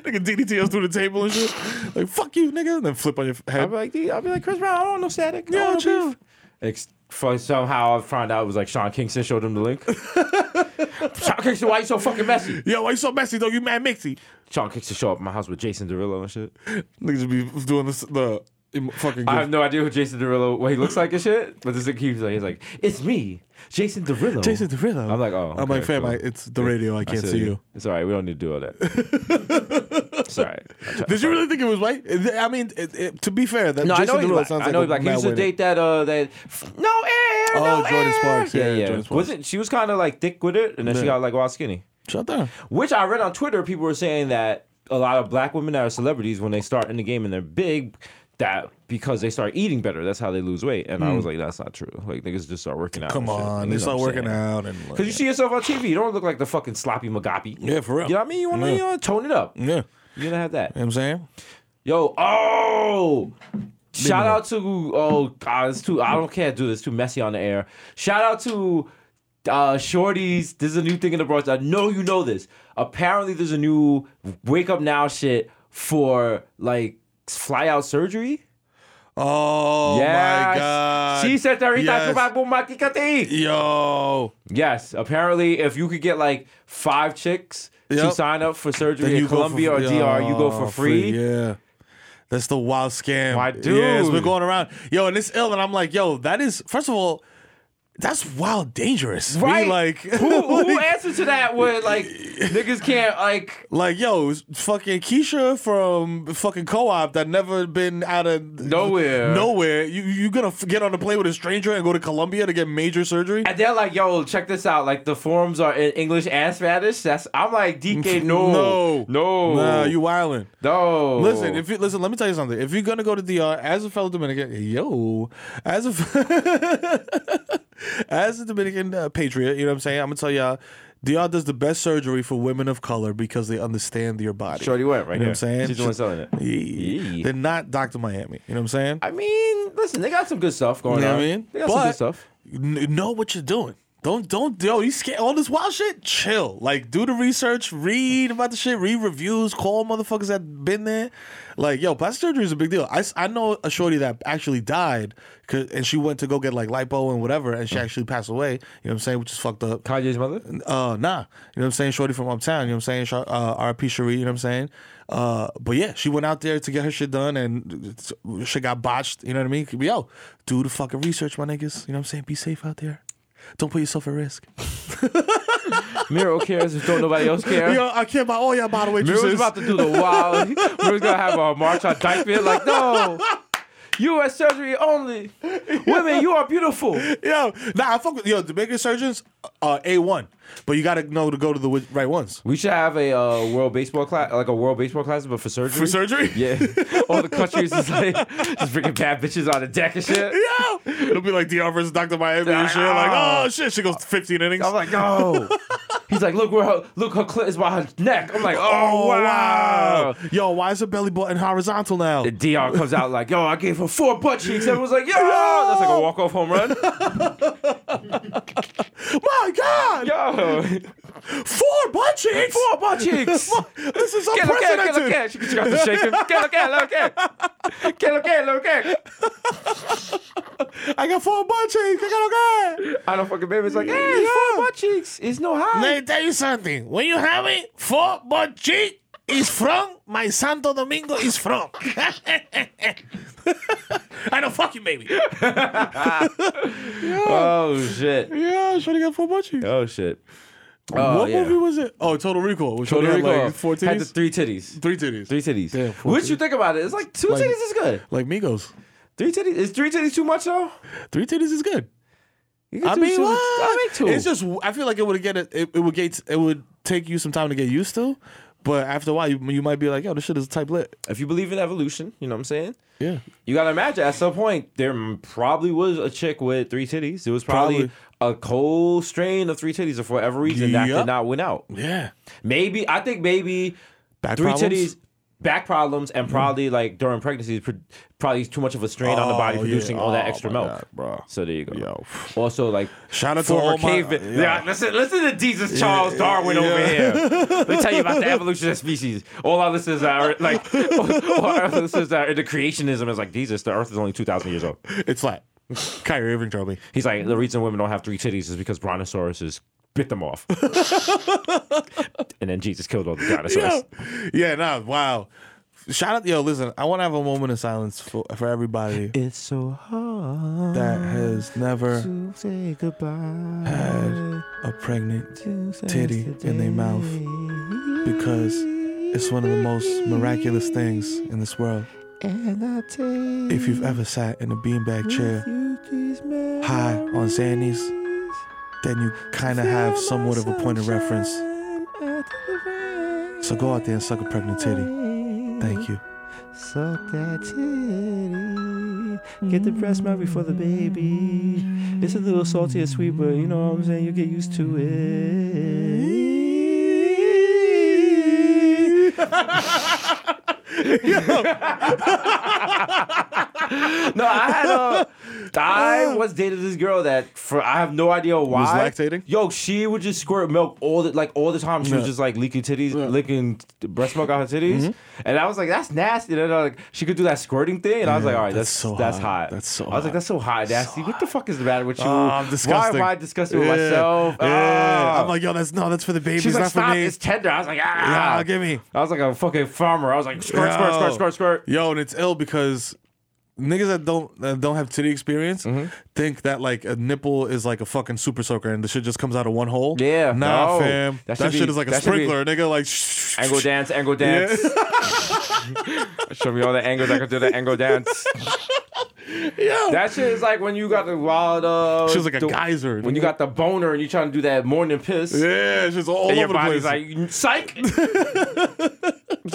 S2: nigga DDT us through the table and shit. Like, fuck you, nigga. And then flip on your
S1: I'll
S2: head.
S1: be like, "D- I'll be like, Chris Brown, I don't want no static.
S2: Yeah,
S1: Yeah,
S2: chill."
S1: chief. Ex- for somehow I found out it was like Sean Kingston showed him the link. Sean Kingston, why you so fucking messy?
S2: Yo, why you so messy though? You mad mixy.
S1: Sean Kingston show up at my house with Jason Derulo and shit.
S2: Niggas just be doing this the im- fucking
S1: I have no idea who Jason Derulo, what he looks like and shit. But this keeps like, he's like, it's me, Jason Derulo.
S2: Jason Derulo.
S1: I'm like, oh,
S2: I'm like,
S1: okay,
S2: fam,
S1: cool.
S2: I, it's the radio. I can't
S1: said,
S2: see you.
S1: It's all right. We don't need to do all that. it's all right. I tried-
S2: Did you really think it was white? It- I mean, it, it, to be fair, that
S1: No,
S2: Jason
S1: I know he's
S2: Derulo
S1: black.
S2: sounds
S1: I
S2: like
S1: know
S2: a
S1: he's black. He
S2: mad
S1: used to
S2: way
S1: date that uh that no air.
S2: Oh,
S1: no
S2: Jordan
S1: air.
S2: Sparks. Yeah,
S1: yeah,
S2: yeah, Jordan Sparks.
S1: Wasn't she was kind of like thick with it, and then she
S2: Yeah.
S1: got like wild skinny.
S2: Shut down.
S1: Which I read on Twitter, people were saying that a lot of black women that are celebrities when they start in the game and they're big, that because they start eating better, that's how they lose weight. And I was like, that's not true. Like niggas just start working out.
S2: Hmm. Come on, they start working out and
S1: Because you see yourself on TV, you don't look like the fucking sloppy McGoppy.
S2: Yeah, for real.
S1: You know what I mean? You want to
S2: Yeah.
S1: you wanna tone it up.
S2: Yeah, you know
S1: You're going to have that.
S2: what I'm saying.
S1: Yo, oh! Shout
S2: man.
S1: out to oh god, it's too I don't care do this too messy on the air. Shout out to uh Shorty's. This is a new thing in the Bronx. I know you know this. Apparently there's a new wake up now shit for like fly out surgery.
S2: Oh
S1: yes.
S2: my god.
S1: She said that
S2: Yes.
S1: yes.
S2: Yo,
S1: yes. Apparently if you could get like five chicks to
S2: Yep.
S1: sign up for surgery
S2: Then
S1: in Colombia or DR, you go for
S2: yeah,
S1: free.
S2: Oh, Yeah. That's the wild scam.
S1: My
S2: Yeah, it's been
S1: dude.
S2: going around. Yo, and it's ill. And I'm like, yo, that is, first of all, that's wild dangerous. Me,
S1: Right?
S2: like,
S1: who, who
S2: like-
S1: answered to that when like niggas can't like
S2: Like yo, it's fucking Keisha from fucking co-op that never been out of
S1: Nowhere.
S2: Nowhere. You you gonna f- get on a plane with a stranger and go to Colombia to get major surgery?
S1: and they're like, yo, check this out. Like the forums are in English and Spanish. That's I'm like DK, no,
S2: no,
S1: no,
S2: Nah, you wildin'.
S1: no.
S2: Listen, if you listen, let me tell you something. If you're gonna go to DR as a fellow Dominican, yo, as a as a Dominican uh, patriot, you know what I'm saying. I'm gonna tell y'all, DR does the best surgery for women of color because they understand your body.
S1: Shorty went right
S2: You know what
S1: there.
S2: I'm saying?
S1: She's the one selling it.
S2: Yeah.
S1: Yeah.
S2: They're not Doctor Miami. You know what I'm saying?
S1: I mean, listen, they got some good stuff going
S2: You know
S1: on.
S2: what I mean?
S1: they got some good stuff.
S2: N- know what you're doing. Don't don't yo, you scared all this wild shit? Chill. Like do the research, read about the shit, read reviews, call motherfuckers that been there. Like, yo, plastic surgery is a big deal. I, s- I know a shorty that actually died 'cause- and she went to go get like lipo and whatever and
S1: Mm.
S2: she actually passed away, you know what I'm saying, which is fucked up.
S1: Kanye's mother.
S2: Uh nah, you know what I'm saying, shorty from uptown, you know what I'm saying, Sh- uh RP Cherie, you know what I'm saying? Uh but yeah, she went out there to get her shit done and it's- shit got botched, you know what I mean? Yo, do the fucking research, my niggas. You know what I'm saying? Be safe out there. Don't put yourself at risk.
S1: Miro cares if don't nobody else care.
S2: Yo, I care about all y'all bottle waitresses.
S1: Miro's about to do the wild. Miro's gonna have a march on Dykeman. Like, no, U.S. surgery only. Women, you are beautiful.
S2: yo, nah, I fuck with yo, Jamaican surgeons uh A one. But you gotta know to go to the wi- right ones.
S1: We should have a uh, world baseball class, like a world baseball class, but for surgery.
S2: For surgery?
S1: Yeah. All the countries is like just freaking bad bitches on the deck and shit.
S2: Yo, it'll be like DR versus Dr. Miami and shit. Like, oh shit, she goes 15 innings.
S1: I'm like, no. He's like, look where her, look her clit is by her neck. I'm like, oh,
S2: Oh
S1: wow.
S2: wow. Yo, why is the belly button horizontal now?
S1: The DR comes out like, yo, I gave her four butt cheeks. Everyone's like, yo, that's like a walk off home run.
S2: My God!
S1: Yo,
S2: Four butt cheeks.
S1: four butt cheeks.
S2: This is
S1: Get look at, get look
S2: unprecedented.
S1: at. She, she got to shake him. Get look at, look at. Get look at, look at.
S2: I got four butt cheeks. I got okay.
S1: I don't fucking baby. It's like, hey, it's
S2: Yeah.
S1: four butt cheeks. It's no high.
S2: Let me tell you something. When you have it, four butt cheek is from my Santo Domingo is from. I don't fuck you, baby.
S1: Oh shit.
S2: Yeah, should have got four butt cheeks.
S1: Oh shit. Oh,
S2: what
S1: yeah.
S2: movie was it? Oh, Total Recall. Which
S1: Puerto
S2: only
S1: Rico
S2: had, like four
S1: had the
S2: titties.
S1: three titties.
S2: three titties.
S1: Three titties.
S2: Yeah,
S1: Which
S2: four
S1: what you think about it? It's like two
S2: Like-
S1: titties is good.
S2: Like Migos.
S1: Three titties is three titties too much though.
S2: Three titties is good.
S1: You can
S2: I
S1: do
S2: mean,
S1: two-
S2: what?
S1: I make two.
S2: It's just I feel like it would get it. It would get it would take you some time to get used to, but after a while you, you might be like, yo, this shit is type lit.
S1: if you believe in evolution, you know what I'm saying.
S2: Yeah.
S1: You gotta imagine at some point there m- probably was a chick with three titties. There was probably, a whole strain of three titties, and for whatever reason that
S2: Yup.
S1: did not win out.
S2: Yeah.
S1: Maybe I think maybe
S2: Back
S1: three
S2: problems? Mm.
S1: titties, back problems, and probably like during pregnancy, pro- probably too much of a strain on the body
S2: Oh,
S1: producing
S2: yeah.
S1: all that
S2: Oh,
S1: extra
S2: my
S1: milk,
S2: God, bro.
S1: So there you go.
S2: Yo.
S1: Also, like
S2: Shout out to
S1: former
S2: all my-
S1: cavemen.
S2: yeah.
S1: Yeah, listen, listen to Jesus Charles Darwin over
S2: yeah.
S1: here. Let me tell you about the evolution of species. All our listeners are like, all our listeners are into creationism. Is like Jesus, the Earth is only two thousand years old.
S2: It's flat. Kyrie Irving told me.
S1: He's like, the reason women don't have three titties is because brontosauruses bit them off, and then Jesus killed all the dinosaurs.
S2: Yeah. Yeah. Nah. Wow. Shout out. Yo, listen. I want to have a moment of silence for for everybody
S1: It's so hard
S2: that has never
S1: to say goodbye.
S2: had a pregnant titty in their mouth because it's one of the most miraculous things in this world.
S1: And I take
S2: If you've ever sat in a beanbag chair high on Xannies, then you kind of have somewhat of a point of reference. So go out there and suck a pregnant titty. Thank you.
S1: Suck that titty. Get the breast milk before the baby. It's a little salty and sweet, but you know what I'm saying? You get used to it. no, I had a. I
S2: Uh,
S1: once dated this girl that for I have no idea why.
S2: lactating?
S1: Yo, she would just squirt milk all the like all the time. She was just like leaking titties, licking breast milk out her titties,
S2: Mm-hmm.
S1: and I was like, "That's nasty." And then, like she could do that squirting thing, and I was like, "All right, that's
S2: that's
S1: that's,
S2: so hot.
S1: hot.
S2: That's so
S1: I was like,
S2: hot.
S1: "That's so hot, nasty. what the fuck is the matter with you?
S2: Oh, I'm disgusted.
S1: Why am I disgusted with myself? Ah.
S2: I'm like, yo, that's no, that's for the baby. it's
S1: She's like,
S2: not for
S1: stop,
S2: me.
S1: it's tender. I was like, ah,
S2: Yeah, give me.
S1: I was like a fucking farmer. I was like, squirt, squirt,
S2: Yo.
S1: squirt, squirt, squirt.
S2: Yo, and it's ill because niggas that don't that don't have titty experience
S1: Mm-hmm.
S2: think that like a nipple is like a fucking super soaker and the shit just comes out of one hole.
S1: Yeah,
S2: nah,
S1: no.
S2: fam,
S1: That
S2: that,
S1: should
S2: shit
S1: be-
S2: is like a
S1: that should be-
S2: sprinkler, nigga. Like, shh,
S1: Angle dance, angle dance. Show me all the angles I can do. The angle dance.
S2: yo,
S1: That shit is like when you got the wild. Uh,
S2: Shit's like a
S1: the-
S2: geyser.
S1: When you got the boner and you trying to do that morning piss.
S2: yeah, it's just all over
S1: And your
S2: the
S1: body's
S2: place.
S1: like, psych. it's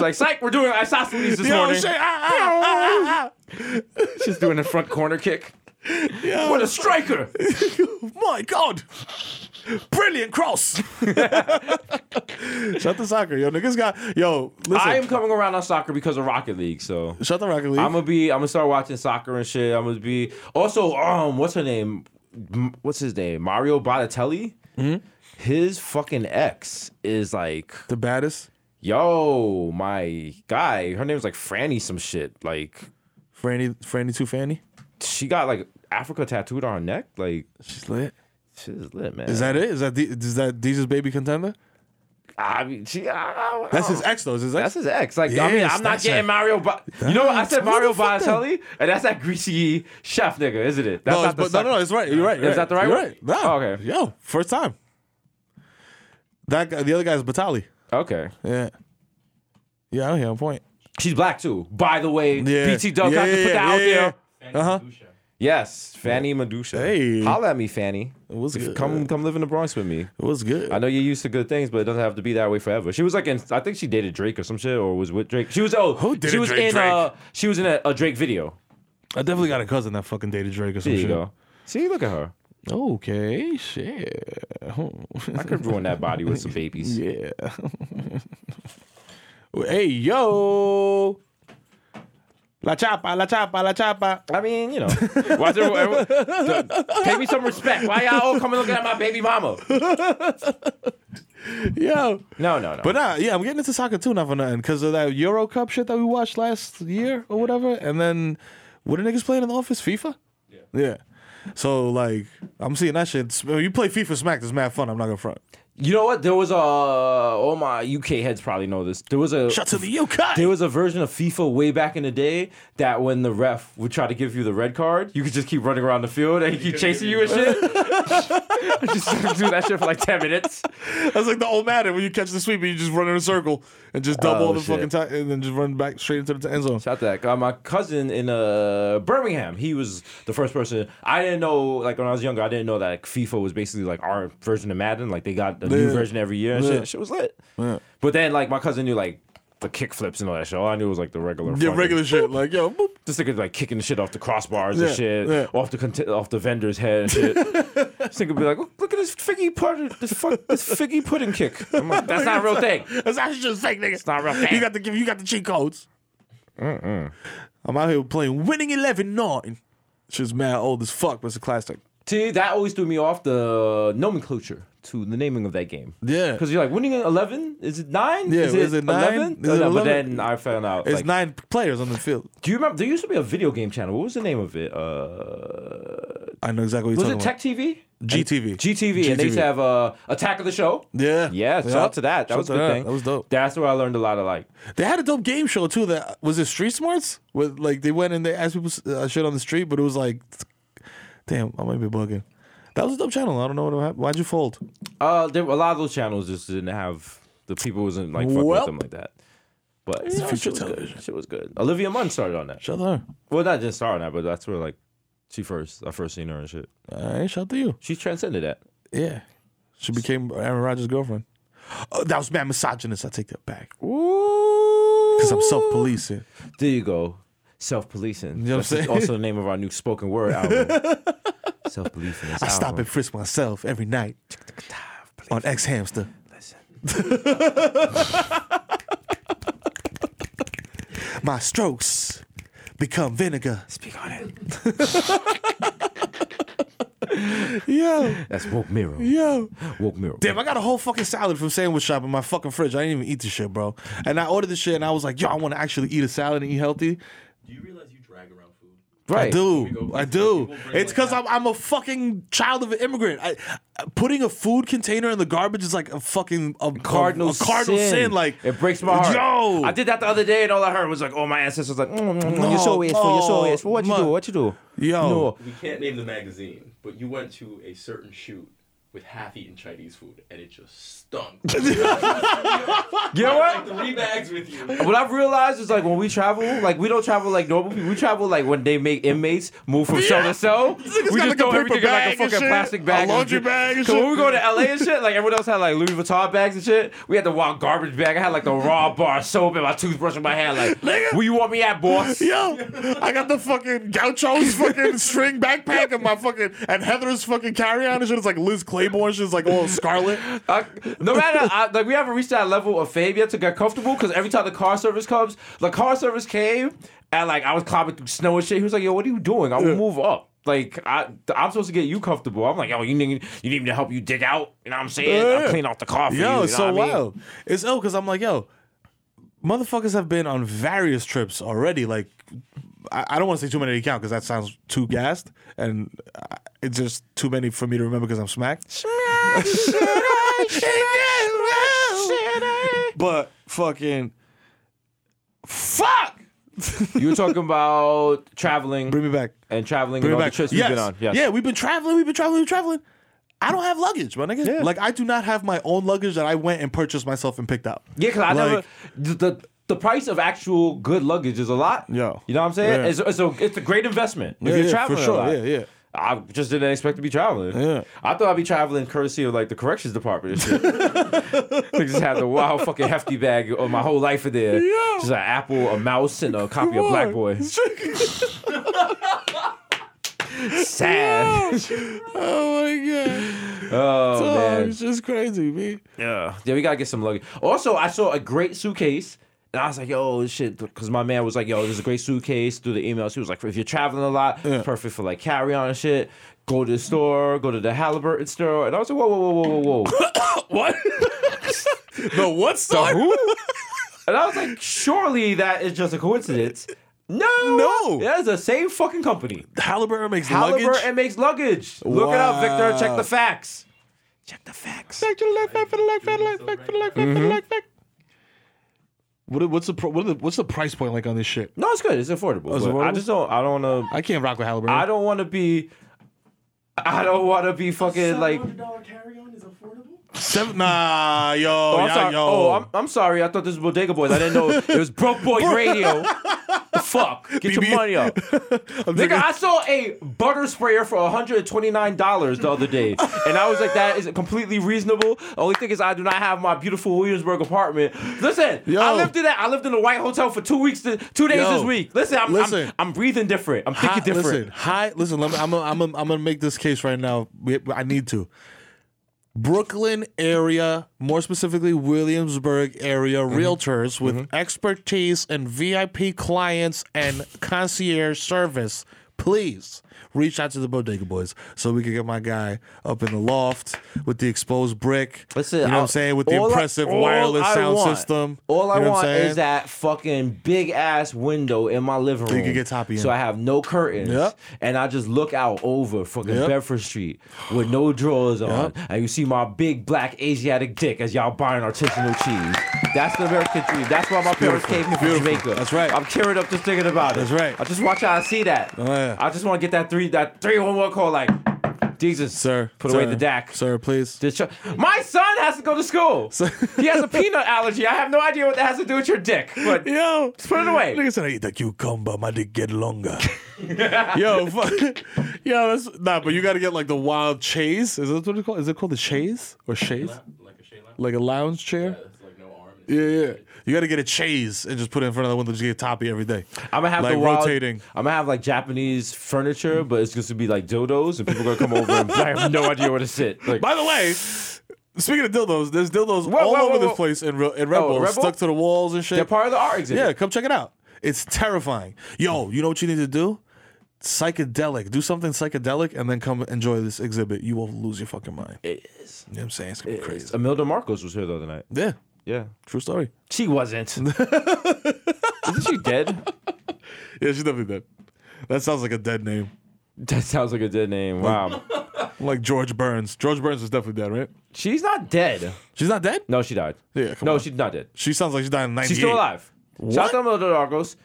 S1: like, psych, we're doing isosceles this
S2: yo,
S1: morning.
S2: shit, ah, ah, ah,
S1: She's doing a front corner kick.
S2: ah, yo.
S1: What a striker!
S2: my god. Brilliant cross. Shut the soccer, yo. Niggas got yo. Listen,
S1: I am coming around on soccer because of Rocket League, so
S2: shut the rocket league.
S1: I'm gonna be I'm gonna start watching soccer and shit. I'm gonna be also um what's her name? M- What's his name? Mario Botticelli.
S2: Mm-hmm.
S1: His fucking ex is like,
S2: the baddest.
S1: yo, my guy. Her name's like Franny some shit. Like
S2: Franny, Franny, two Fanny.
S1: she got like Africa tattooed on her neck. Like
S2: She's lit.
S1: shit is lit, man.
S2: Is that it? Is that the, is that Deezer's baby contender?
S1: I mean, she. I, I,
S2: Oh. That's his ex though. Is his
S1: That's
S2: ex?
S1: his ex. Like, I
S2: Yes,
S1: mean, I'm not
S2: that's
S1: getting
S2: it.
S1: Mario. Ba- you know what? I said
S2: What the
S1: Mario
S2: fuck then?
S1: Balotelli, and that's that greasy chef nigga, isn't it? That's
S2: no, it's-
S1: the
S2: but, no,
S1: suck-
S2: no, no, it's right. You're right.
S1: Is
S2: you're
S1: that the right
S2: You're
S1: one?
S2: right. No.
S1: Oh, okay.
S2: Yo, first time. That guy, the other guy's Batali.
S1: Okay,
S2: Yeah. Yeah, I'm here on point.
S1: she's black too. By the way,
S2: Yeah.
S1: PT Dub
S2: Yeah,
S1: got to
S2: yeah,
S1: put that
S2: yeah,
S1: out
S2: yeah,
S1: there.
S2: yeah. Uh huh.
S1: Yes, Fanny Madusha.
S2: Hey.
S1: holla at me, Fanny.
S2: was
S1: If-
S2: good.
S1: Come, come live in the Bronx with me.
S2: It was good.
S1: I know you're used to good things, but it doesn't have to be that way forever. She was like in, I think she dated Drake or some shit, or was with Drake. She was oh,
S2: Who did
S1: she
S2: it,
S1: was
S2: Drake,
S1: in a, she was in a, a Drake video.
S2: I definitely got a cousin that fucking dated Drake or some
S1: There
S2: shit.
S1: you go. See, look at her.
S2: Okay, shit.
S1: I could ruin that body with some babies.
S2: Yeah. hey, yo. La chapa, la chapa, la chapa.
S1: I mean, you know, why is everyone, everyone- the- pay me some respect. Why y'all all coming looking at my baby mama?
S2: Yo.
S1: No, no, no.
S2: But nah, yeah, I'm getting into soccer too now for nothing because of that Euro Cup shit that we watched last year or whatever. And then what are niggas playing in the office? FIFA? Yeah. Yeah. So like I'm seeing that shit. You play FIFA Smack, it's mad fun. I'm not gonna front.
S1: You know what? There was a oh my UK heads probably know this. There was a
S4: Shout to the UK.
S1: There was a version of FIFA way back in the day that when the ref would try to give you the red card, you could just keep running around the field and he keep chasing you and shit. just do that shit for like ten minutes.
S2: That's like the old Madden when you catch the sweep and you just run in a circle and just double
S1: Oh,
S2: the
S1: shit.
S2: fucking time and then just run back straight into the end zone.
S1: Shout that guy. My cousin in uh, Birmingham, he was the first person. I didn't know, like when I was younger, I didn't know that like, FIFA was basically like our version of Madden. Like they got a new
S2: Yeah.
S1: version every year and
S2: Yeah.
S1: shit. Shit was lit.
S2: Yeah.
S1: But then like my cousin knew like the kick flips and all that shit. All I knew was like the regular.
S2: Yeah,
S1: fucking-
S2: regular shit. Like, yo, boop.
S1: This nigga like kicking the shit off the crossbars
S2: Yeah,
S1: and shit,
S2: yeah.
S1: off the cont- off the vendor's head and shit. this nigga be like, "Look- look at this figgy pudding, this fuck, this figgy pudding kick. I'm like, that's not a real thing.
S4: That's actually just fake, nigga. It's
S1: not real
S4: You
S1: fake.
S4: got the give. You got the cheat codes.
S2: I'm out here playing winning 11 9. She's mad old as fuck, but it's a classic.
S1: See, that always threw me off the nomenclature to the naming of that game.
S2: Yeah.
S1: Because you're like, winning at 11? Is it 9?
S2: Yeah,
S1: is
S2: is it nine?
S1: 11?
S2: Is it
S1: No, But
S2: 11?
S1: then I found out.
S2: It's
S1: like,
S2: nine players on the field.
S1: Do you remember? There used to be a video game channel. What was the name of it? Uh,
S2: I know exactly what
S1: was
S2: you're talking
S1: it Tech TV?
S2: GTV.
S1: GTV. And they used to
S2: GTV.
S1: have uh, Attack of the Show.
S2: Yeah.
S1: Yeah, shout
S2: Yeah.
S1: out to that. That
S2: Shout
S1: was a
S2: to
S1: good
S2: that.
S1: thing.
S2: That was dope.
S1: That's where I learned a lot of like.
S2: about. They had a dope game show too. That was it. Street Smarts with like they went and they asked people uh, shit on the street, but it was like, damn, I might be bugging. That was a dope channel. I don't know what happened. Why'd you fold?
S1: Uh, there, a lot of those channels just didn't have the people wasn't like fucking
S2: Welp.
S1: with them like that. But you know,
S2: future
S1: shit was
S2: television.
S1: good. Shit was good. Olivia Munn started on that.
S2: Shout out to
S1: Well, not just starting that, but that's where like she first I first seen her and shit.
S2: her. All right, shout out to you.
S1: She transcended that.
S2: Yeah. She became Aaron Rodgers' girlfriend. Oh, that was mad misogynist. I take that back.
S1: Ooh,
S2: Because I'm self policing.
S1: There you go, self policing.
S2: know what I'm saying?
S1: Also, the name of our new spoken word album. self policing.
S2: I stop and frisk myself every night on X Hamster. My strokes become vinegar.
S1: Speak on it.
S2: Yo,
S1: That's woke mirror.
S2: yo.
S1: Woke mirror.
S2: Damn, I got a whole fucking salad from Sandwich Shop in my fucking fridge. I didn't even eat this shit, bro. And I ordered this shit and I was like, yo, I want to actually eat a salad and eat healthy.
S6: Do you realize you drag around food?
S1: right.
S2: I
S6: Here we
S2: do.
S6: go.
S2: I
S6: People
S2: do.
S6: bring like
S2: It's because
S6: half-
S2: I'm, I'm a fucking child of an immigrant. I, putting a food container in the garbage is like a fucking a
S1: Cardinal,
S2: a, cardinal sin. Like
S1: it breaks my heart.
S2: Yo,
S1: I did that the other day, and all I heard was like, "Oh, my ancestors like, mm, mm, mm, you so weird,
S2: no,
S1: you so weird. What you
S2: man.
S1: do? What you do?
S2: Yo.
S1: no.
S6: We can't name the magazine, but you went to a certain shoot with half-eaten Chinese food, and it just stunk.
S1: you know
S6: like
S1: what?
S6: three bags with you.
S1: What I've realized is like when we travel, like we don't travel like normal people. We travel like when they make inmates move from cell to cell. We
S2: got,
S1: just
S2: like, a
S1: throw
S2: paper
S1: everything in
S2: bag
S1: like a
S2: and
S1: fucking
S2: shit,
S1: plastic
S2: a
S1: bag,
S2: laundry bag and
S1: So when
S2: shit.
S1: we go to LA and shit, like everyone else had like Louis Vuitton bags and shit. We had the wild garbage bag. I had like the raw bar of soap and my toothbrush in my hand. Like,
S2: Nigga.
S1: where you want me at, boss?
S2: Yo, I got the fucking gaucho's fucking string backpack and my fucking and Heather's fucking carry on and shit. It's like Liz Claiborne. She's like all scarlet.
S1: I, no matter, I, like we haven't reached that level of fame yet to get comfortable. Because every time the car service comes, the car service came and like I was climbing through snow and shit. He was like, "Yo, what are you doing? I will move up." Like I, I'm supposed to get you comfortable. I'm like, "Yo, you need, you need me to help you dig out." You know what I'm saying?
S2: Yeah.
S1: I'll clean off the car for you. you
S2: Yo,
S1: know
S2: it's so
S1: what I mean?
S2: wild. It's ill because I'm like, yo, motherfuckers have been on various trips already. Like, I, I don't want to say too many to count because that sounds too gassed, and I, it's just too many for me to remember because I'm smacked. but fucking, fuck,
S1: You were talking about traveling
S2: bring me back.
S1: and traveling
S2: Bring
S1: and
S2: me
S1: all
S2: back.
S1: the trips
S2: Yes.
S1: we've been on. Yes.
S2: Yeah, we've been traveling. We've been traveling. We've been traveling. I don't have luggage, my nigga. Like I do not have my own luggage that I went and purchased myself and picked up.
S1: Yeah, because I
S2: Like-
S1: never the, the the price of actual good luggage is a lot.
S2: Yeah.
S1: you know what I'm saying?
S2: Yeah.
S1: It's, it's a it's a great investment if
S2: Yeah,
S1: you're
S2: yeah, for
S1: traveling. a
S2: sure.
S1: lot.
S2: Yeah, yeah.
S1: I just didn't expect to be traveling.
S2: Yeah.
S1: I thought I'd be traveling courtesy of like the corrections department and shit. I just had the wild fucking hefty bag of my whole life in there.
S2: Yeah.
S1: Just an apple, a mouse, and a copy of Black Boy. Sad.
S2: oh my god.
S1: Oh, man.
S2: it's just crazy, man.
S1: Yeah. Yeah, we gotta get some luggage. Also, I saw a great suitcase. And I was like, yo, this shit, because my man was like, yo, this is a great suitcase through the emails. He was like, if you're traveling a lot, it's perfect for like carry on and shit. Go to the store, go to the Halliburton store. And I was like, whoa, whoa, whoa, whoa, whoa, whoa.
S2: What? the what star?
S1: and I was like, surely that is just a coincidence. No.
S2: No.
S1: That is the same fucking company.
S2: Halliburton makes
S1: Halliburton
S2: luggage.
S1: makes luggage. Look it up, Victor. Check
S2: Wow.
S1: the facts. Check the facts.
S4: Back to the left, back to the left, back to the left, back to the left, back to
S1: Mm-hmm.
S4: the left, back. What, what's the pro, what are the, what's the price point like on this shit?
S1: No, it's good. It's affordable. but I
S4: affordable?
S1: just don't. I don't want to.
S4: I can't rock with Halliburton.
S1: I don't want to be. I don't want to be fucking like.
S2: Seven, nah, yo,
S1: Oh, I'm
S2: yeah,
S1: sorry.
S2: yo.
S1: Oh, I'm, I'm sorry. I thought this was Bodega Boys. I didn't know it was Broke Boys Radio. The fuck? Get
S2: BB.
S1: your money up. Nigga, I saw a butter sprayer for $129 the other day. And I was like, that is completely reasonable. Only thing is I do not have my beautiful Williamsburg apartment. Listen, I
S2: Yo.
S1: lived in that. I lived in a white hotel for two weeks, to, two days
S2: Yo.
S1: this week. Listen, I'm,
S2: Listen.
S1: I'm, I'm breathing different. I'm thinking
S2: Hi-
S1: different.
S2: Listen, hi, listen. Let me, I'm gonna, I'm gonna, I'm gonna make this case right now. We- I need to. Brooklyn area, more specifically Williamsburg area
S1: Mm-hmm.
S2: realtors with expertise and VIP clients and concierge service, please reach out to the Bodega Boys so we can get my guy up in the loft with the exposed brick.
S1: Listen,
S2: you know
S1: I-
S2: what I'm saying? With the
S1: all I-
S2: impressive
S1: all
S2: wireless
S1: I
S2: sound
S1: want-
S2: system.
S1: All I
S2: You know what
S1: want
S2: I'm
S1: is
S2: saying?
S1: that fucking big ass window in my living room.
S2: you can get toppy in.
S1: So I have no curtains.
S2: Yep.
S1: And I just look out over fucking
S2: Yep.
S1: Bedford Street with no drawers on. And you see my big black Asiatic dick as y'all buying artisanal cheese. That's the American dream. That's why my parents came here from Jamaica.
S2: That's right.
S1: I'm tearing up just thinking about it.
S2: That's right. Oh,
S1: I just watch how I see that.
S2: yeah.
S1: I just want to get that three that three one one call like Jesus,
S2: Sir,
S1: put
S2: sir,
S1: away the DAC.
S2: Sir, please.
S1: This cho- my son has to go to school. he has a peanut allergy. I have no idea what that has to do with your dick. But
S2: Yo,
S1: Just put it away.
S2: Nigga said I eat the cucumber, my dick get longer. yo, fuck. yo, that's nah. But you gotta get like the wild chaise. Is that what it's called? Is it called the chaise or chaise?
S6: Like a Shayla?
S2: Like a lounge chair?
S6: That's like no arm.
S2: Yeah, yeah. You gotta get a chaise and just put it in front of the window. Just get toppy every day.
S1: I'm gonna have
S2: like
S1: the wild,
S2: rotating.
S1: I'm gonna have like Japanese furniture, but it's just gonna be like dildos, and people are gonna come over and I have no idea where to sit. Like,
S2: By the way. Speaking of dildos, there's dildos
S1: Whoa,
S2: all over
S1: whoa, whoa, whoa.
S2: this place in, Re- in Red
S1: Oh,
S2: Bull,
S1: Red Bull?
S2: stuck to the walls and shit.
S1: they're part of the art exhibit.
S2: Yeah, come check it out. It's terrifying. Yo, you know what you need to do? Psychedelic. Do something psychedelic and then come enjoy this exhibit. You will lose your fucking mind. You
S1: It is.
S2: know what I'm saying? It's gonna be
S1: Crazy.
S2: crazy.
S1: Imelda Marcos was here the other night.
S2: Yeah,
S1: Yeah.
S2: true story.
S1: She wasn't. Isn't she dead?
S2: Yeah, she definitely did. That sounds like a dead name.
S1: That sounds like a dead name. Wow.
S2: Like George Burns. George Burns is definitely dead, right?
S1: She's not dead.
S2: She's not dead?
S1: No, she died.
S2: Yeah, come
S1: no,
S2: on.
S1: she's not dead.
S2: She sounds like she died in 98.
S1: She's still alive. Shout out
S2: What?
S1: to Imelda Marcos.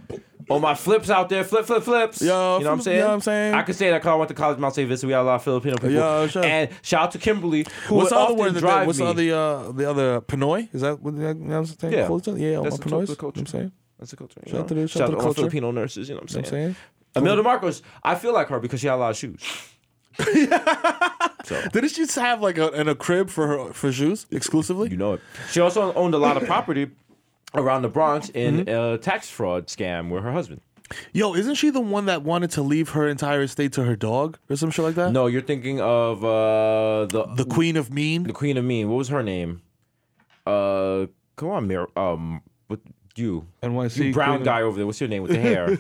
S1: On my flips out there, flip, flip, flips.
S2: Yo,
S1: you know what I'm
S2: flips,
S1: saying?
S2: you know what I'm saying?
S1: I could say that 'cause I went to college, Mount St. Vincent. We had a lot of Filipino people.
S2: Yo, shout-
S1: and shout out to Kimberly, who
S2: What's
S1: What's
S2: the
S1: would
S2: other
S1: often
S2: word? that
S1: drive
S2: they- What's
S1: me.
S2: the other, uh, the other Pinoy? Is that what, you know what I'm saying?
S1: Yeah.
S2: Culture? Yeah,
S1: That's
S2: that's
S1: the
S2: Pinoy.
S1: culture-
S2: I'm saying.
S1: That's the culture. you
S2: Shout out
S1: know?
S2: to the- shout out to the
S1: all
S2: culture.
S1: Filipino nurses. You know what I'm
S2: I'm saying.
S1: saying? Imelda Marcos, I feel like her because she had a lot of shoes.
S2: Didn't she have like a, in a crib for her for shoes exclusively?
S1: You know it. She also owned a lot of property around the Bronx in
S2: Mm-hmm.
S1: a tax fraud scam with her husband.
S2: Yo, isn't she the one that wanted to leave her entire estate to her dog or some shit like that?
S1: No, you're thinking of uh, the
S2: The Queen of Mean?
S1: the Queen of Mean. What was her name? Uh, come on, Mir- um, what you?
S2: NYC
S1: you brown
S2: Queen of-
S1: guy over there. What's your name with the hair?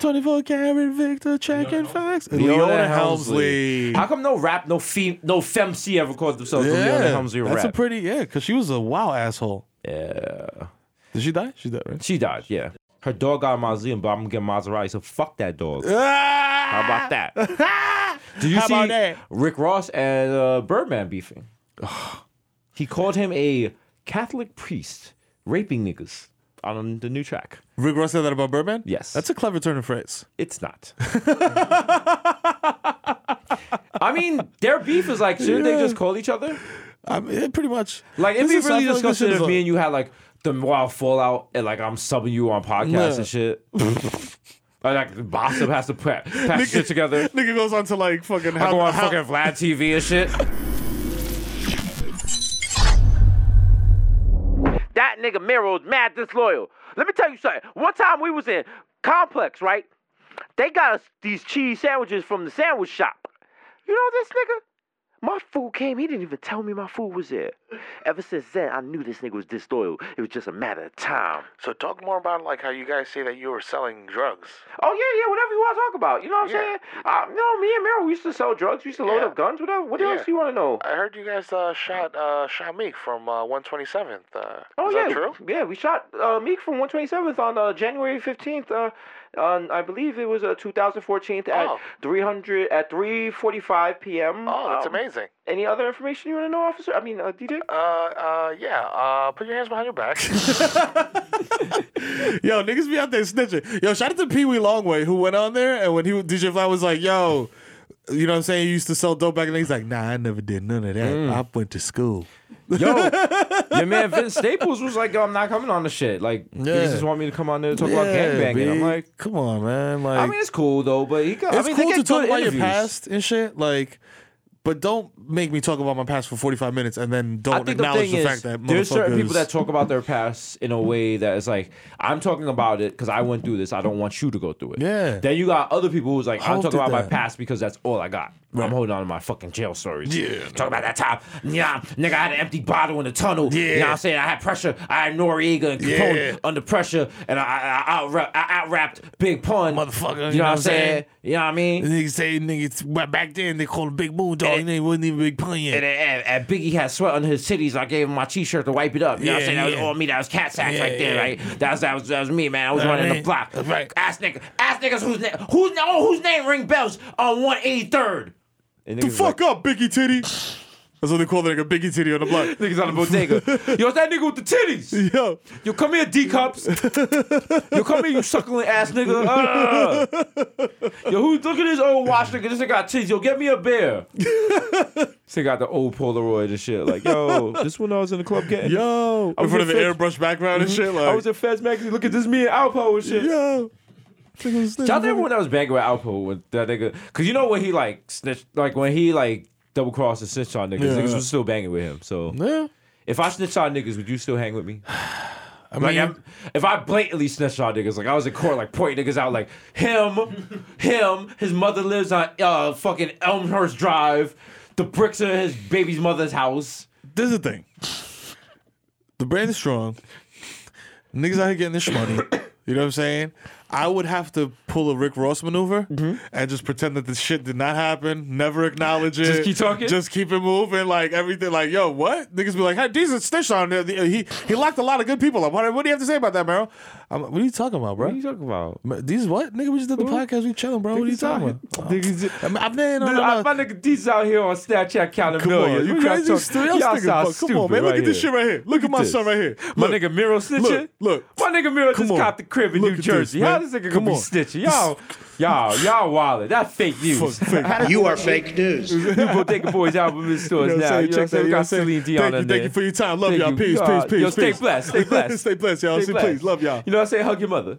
S2: 24 karat Victor checking facts.
S1: How come no rap, no fem, no femc ever calls themselves
S2: Yeah,
S1: the Leona Helmsley of
S2: that's
S1: rap?
S2: a pretty, yeah, because she was a wow asshole.
S1: yeah,
S2: Did she die? She died, right?
S1: she died. Yeah, her dog got a mausoleum, but I'm gonna get Maserati. So fuck that dog. How about that? Did you
S2: How
S1: see
S2: about that?
S1: Rick Ross and uh, Birdman beefing? he called him a Catholic priest raping niggas on the new track.
S2: Rick Ross said that about Birdman?
S1: Yes.
S2: That's a clever turn of phrase.
S1: It's not. I mean, their beef is like, shouldn't they
S2: Yeah.
S1: just call each other?
S2: I mean, yeah, pretty much.
S1: Like, it'd be
S2: This is- I
S1: really
S2: feel like this
S1: disgusting
S2: shit
S1: if
S2: is
S1: me
S2: a-
S1: and you had like the wild fallout and like I'm subbing you on podcasts
S2: Yeah.
S1: and shit. Or, like, Bossip has to pa- pack shit together.
S2: Nigga goes on to like fucking
S1: I go
S2: how,
S1: on
S2: how,
S1: fucking Vlad TV and shit. That nigga Miro was mad disloyal. Let me tell you something. One time we was in Complex, right? They got us these cheese sandwiches from the sandwich shop. You know this nigga? My food came, he didn't even tell me my food was there. Ever since then, I knew this nigga was disloyal. It was just a matter of time.
S7: So talk more about like how you guys say that you were selling drugs.
S1: Oh yeah, yeah, whatever you want to talk about. You know what I'm
S7: Yeah.
S1: saying? Uh, you know, me and Miro, we used to sell drugs, we used to load
S7: Yeah.
S1: up guns, whatever. What
S7: Yeah.
S1: else do you want to know?
S7: I heard you guys uh, shot uh, shot Meek from uh, 127th. Uh,
S1: Oh
S7: is
S1: yeah,
S7: that true?
S1: yeah. We shot uh, Meek from 127th on uh, January 15th, uh, on I believe it was uh, 2014 at
S7: Oh.
S1: 300 at 3:45 p.m.
S7: Oh, that's
S1: Um,
S7: amazing.
S1: Any other information you want to know, officer? I mean, uh, DJ.
S7: Uh, uh, yeah. Uh, put your hands behind your back.
S2: Yo, niggas be out there snitching. Yo, shout out to Pee Wee Longway who went on there and when he DJ Fly was like, yo, you know what I'm saying? You used to sell dope back and he's like, nah, I never did none of that.
S1: Mm.
S2: I went to school.
S1: Yo, your man Vince Staples was like, "Yo, I'm not coming on the shit. Like, you
S2: Yeah.
S1: just want me to come on there to talk about
S2: Yeah,
S1: gangbanging." I'm
S2: B.
S1: like,
S2: come on, man. Like,
S1: I mean, it's cool though, but he got.
S2: it's
S1: I mean,
S2: cool
S1: they
S2: to
S1: get
S2: talk
S1: good
S2: about
S1: interviews.
S2: your past and shit, like, but don't make me talk about my past for 45 minutes and then
S1: I
S2: don't
S1: think the
S2: acknowledge
S1: thing
S2: the,
S1: is,
S2: fact that
S1: there's certain people
S2: motherfuckers-
S1: that talk about their past in a way that is like, I'm talking about it because I went through this. I don't want you to go through it.
S2: Yeah.
S1: Then you got other people who's like, I'm
S2: Hope
S1: talking
S2: did
S1: about my
S2: that.
S1: past because that's all I got. I'm holding on to my fucking jail stories. Yeah. Talk about that time. Yeah, nigga, I had an empty bottle in the tunnel. Yeah. You know what I'm saying? I had pressure. I had Noriega and Capone under pressure, and I, I, I, outra- I outrapped Big Pun.
S2: Motherfucker,
S1: You know what I'm saying? You know what I mean?
S2: Niggas say niggas well, back then they called him Big Moon Dog and they wasn't even Big Pun yet.
S1: And, and, and Biggie had sweat on his titties. I gave him my t-shirt to wipe it up. You know what I'm
S2: Yeah,
S1: saying? That was
S2: yeah.
S1: all me. That was cat sacks
S2: Yeah,
S1: right there,
S2: yeah.
S1: right? That was, that was that was me, man. I was
S2: All
S1: running the
S2: right.
S1: block.
S2: All right.
S1: Ass niggas. Ass niggas whose name whose oh, whose name ring bells on 183rd. And
S2: the fuck up, Biggie Titty. That's what they call the nigga, Biggie Titty on the block.
S1: niggas on the bodega. Yo, it's that nigga with the titties.
S2: Yo,
S1: Yo, come here, D cups. Yo, come here, you suckling ass nigga. Ah. Yo, who look at this old watch nigga? This nigga got titties. Yo, get me a beer. this nigga got the old Polaroid and shit. Like, yo, this one I was in the club getting.
S2: yo,
S1: I
S2: in
S1: was
S2: front of the
S1: in Fitch-
S2: airbrush background and shit. Like,
S1: Mm-hmm. I was at Feds magazine. Look at this, me and Alpo and shit.
S2: yo. Niggas-
S1: Shout out to everyone that was banging with Alpo with that nigga. Cause you know when he like snitched, like when he like double crossed and snitched on niggas,
S2: Yeah.
S1: niggas was still banging with him. So
S2: Yeah.
S1: if I snitched on niggas, would you still hang with me?
S2: I
S1: Like
S2: mean,
S1: I'm, if I blatantly snitched on niggas, like I was in court, like pointing niggas out, like him, him, his mother lives on uh fucking Elmhurst Drive, the bricks are his baby's mother's house.
S2: this is the thing. The brand is strong. Niggas out here getting this money. You know what I'm saying? I would have to pull a Rick Ross maneuver
S1: Mm-hmm.
S2: and just pretend that this shit did not happen, never acknowledge it.
S1: Just keep talking?
S2: Just keep it moving, like everything. Like, yo, what? Niggas be like, hey, these are snitch on there. He, he locked a lot of good people up. What, what do you have to say about that, Meryl? I'm, like, what are you talking about, bro?
S1: talking about?
S2: Ma- These what? Nigga, we just did the
S1: Mm-hmm.
S2: podcast. We chilling, bro. What are you
S1: Niggas
S2: talking
S1: out
S2: about?
S1: here- niggas-
S2: I mean, I've been on
S1: Dude, I,
S2: a-
S1: my nigga D's out here on Snapchat counting
S2: Come
S1: millions.
S2: on, you
S1: What y'all
S2: crazy?
S1: talk-
S2: Still, y'all
S1: y'all
S2: thinking
S1: sound
S2: about- Come on,
S1: stupid
S2: man. Look
S1: right
S2: at this
S1: here.
S2: shit right here. Look, at my
S1: this.
S2: son right here.
S1: My
S2: Look.
S1: nigga Miro snitching.
S2: look.
S1: my nigga Miro just
S2: Come on.
S1: copped the crib in
S2: Look
S1: New
S2: at
S1: Jersey.
S2: this,
S1: How
S2: man.
S1: this nigga
S2: Come
S1: gonna be
S2: on.
S1: snitching? Y'all, y'all, y'all wildin'. That's fake news.
S2: Fuck, fake.
S8: You are fake news.
S1: New Bodega Boys album in
S2: You
S1: stores
S2: know what I'm
S1: now.
S2: saying?
S1: You know what I'm
S2: Check that.
S1: saying?
S2: You know what I'm
S1: We got
S2: saying?
S1: Celine Dion
S2: Thank
S1: on
S2: you,
S1: there.
S2: thank you for your time. Love
S1: Thank
S2: y'all.
S1: you.
S2: Peace,
S1: Y'all-
S2: peace, peace.
S1: Yo, stay
S2: peace.
S1: blessed. Stay blessed.
S2: stay blessed, y'all.
S1: Stay
S2: See,
S1: blessed.
S2: please, love y'all.
S1: You know what I'm saying? Hug your mother.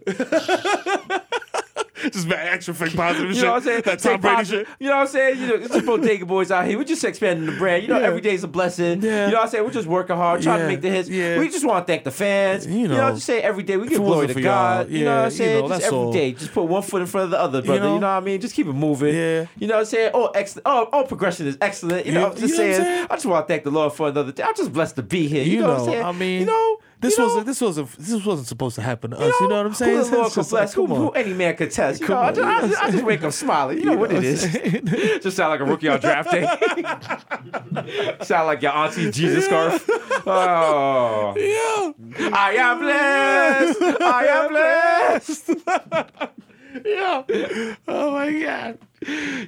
S2: Just bad extra fake positive
S1: You
S2: shit.
S1: know what I'm saying?
S2: That
S1: Take
S2: Tom Brady
S1: positive-
S2: shit.
S1: You know what I'm saying? You know, it's just bodega boys out here. We're just expanding the brand. You know, every day's a blessing.
S2: Yeah.
S1: You know what I'm saying? We're just working hard, trying to
S2: Yeah.
S1: make the hits.
S2: Yeah.
S1: We just want to thank the fans.
S2: You
S1: you know
S2: know,
S1: just say every day we give
S2: it wasn't
S1: glory to
S2: for y'all,
S1: God. you know
S2: yeah,
S1: what I'm
S2: you
S1: saying?
S2: know,
S1: just
S2: that's
S1: every day,
S2: all.
S1: Just put one foot in front of the other, brother. You know,
S2: know?
S1: what I mean? Just keep it moving.
S2: Yeah.
S1: You know what I'm saying? Oh, ex- oh, oh progression is excellent. You know,
S2: Yeah,
S1: I'm just
S2: you know what I'm
S1: saying,
S2: saying?
S1: I just want to thank the Lord for another day. I'm just blessed to be here. You,
S2: You
S1: know, what
S2: know,
S1: I'm saying?
S2: I mean,
S1: you know,
S2: this
S1: you know,
S2: wasn't this wasn't this wasn't supposed to happen to us. You know what I'm saying?
S1: Who
S2: It's
S1: the Lord could
S2: just
S1: bless?
S2: like,
S1: who,
S2: come
S1: who
S2: on.
S1: any man could test? You
S2: Come
S1: know, I,
S2: on,
S1: just, I,
S2: you know
S1: just, I just wake up smiling. You know what it is. just sound like a rookie on draft day. sound like your auntie Jesus scarf. Oh,
S2: Yeah.
S1: I am blessed. I am blessed.
S2: Yeah. Oh my god.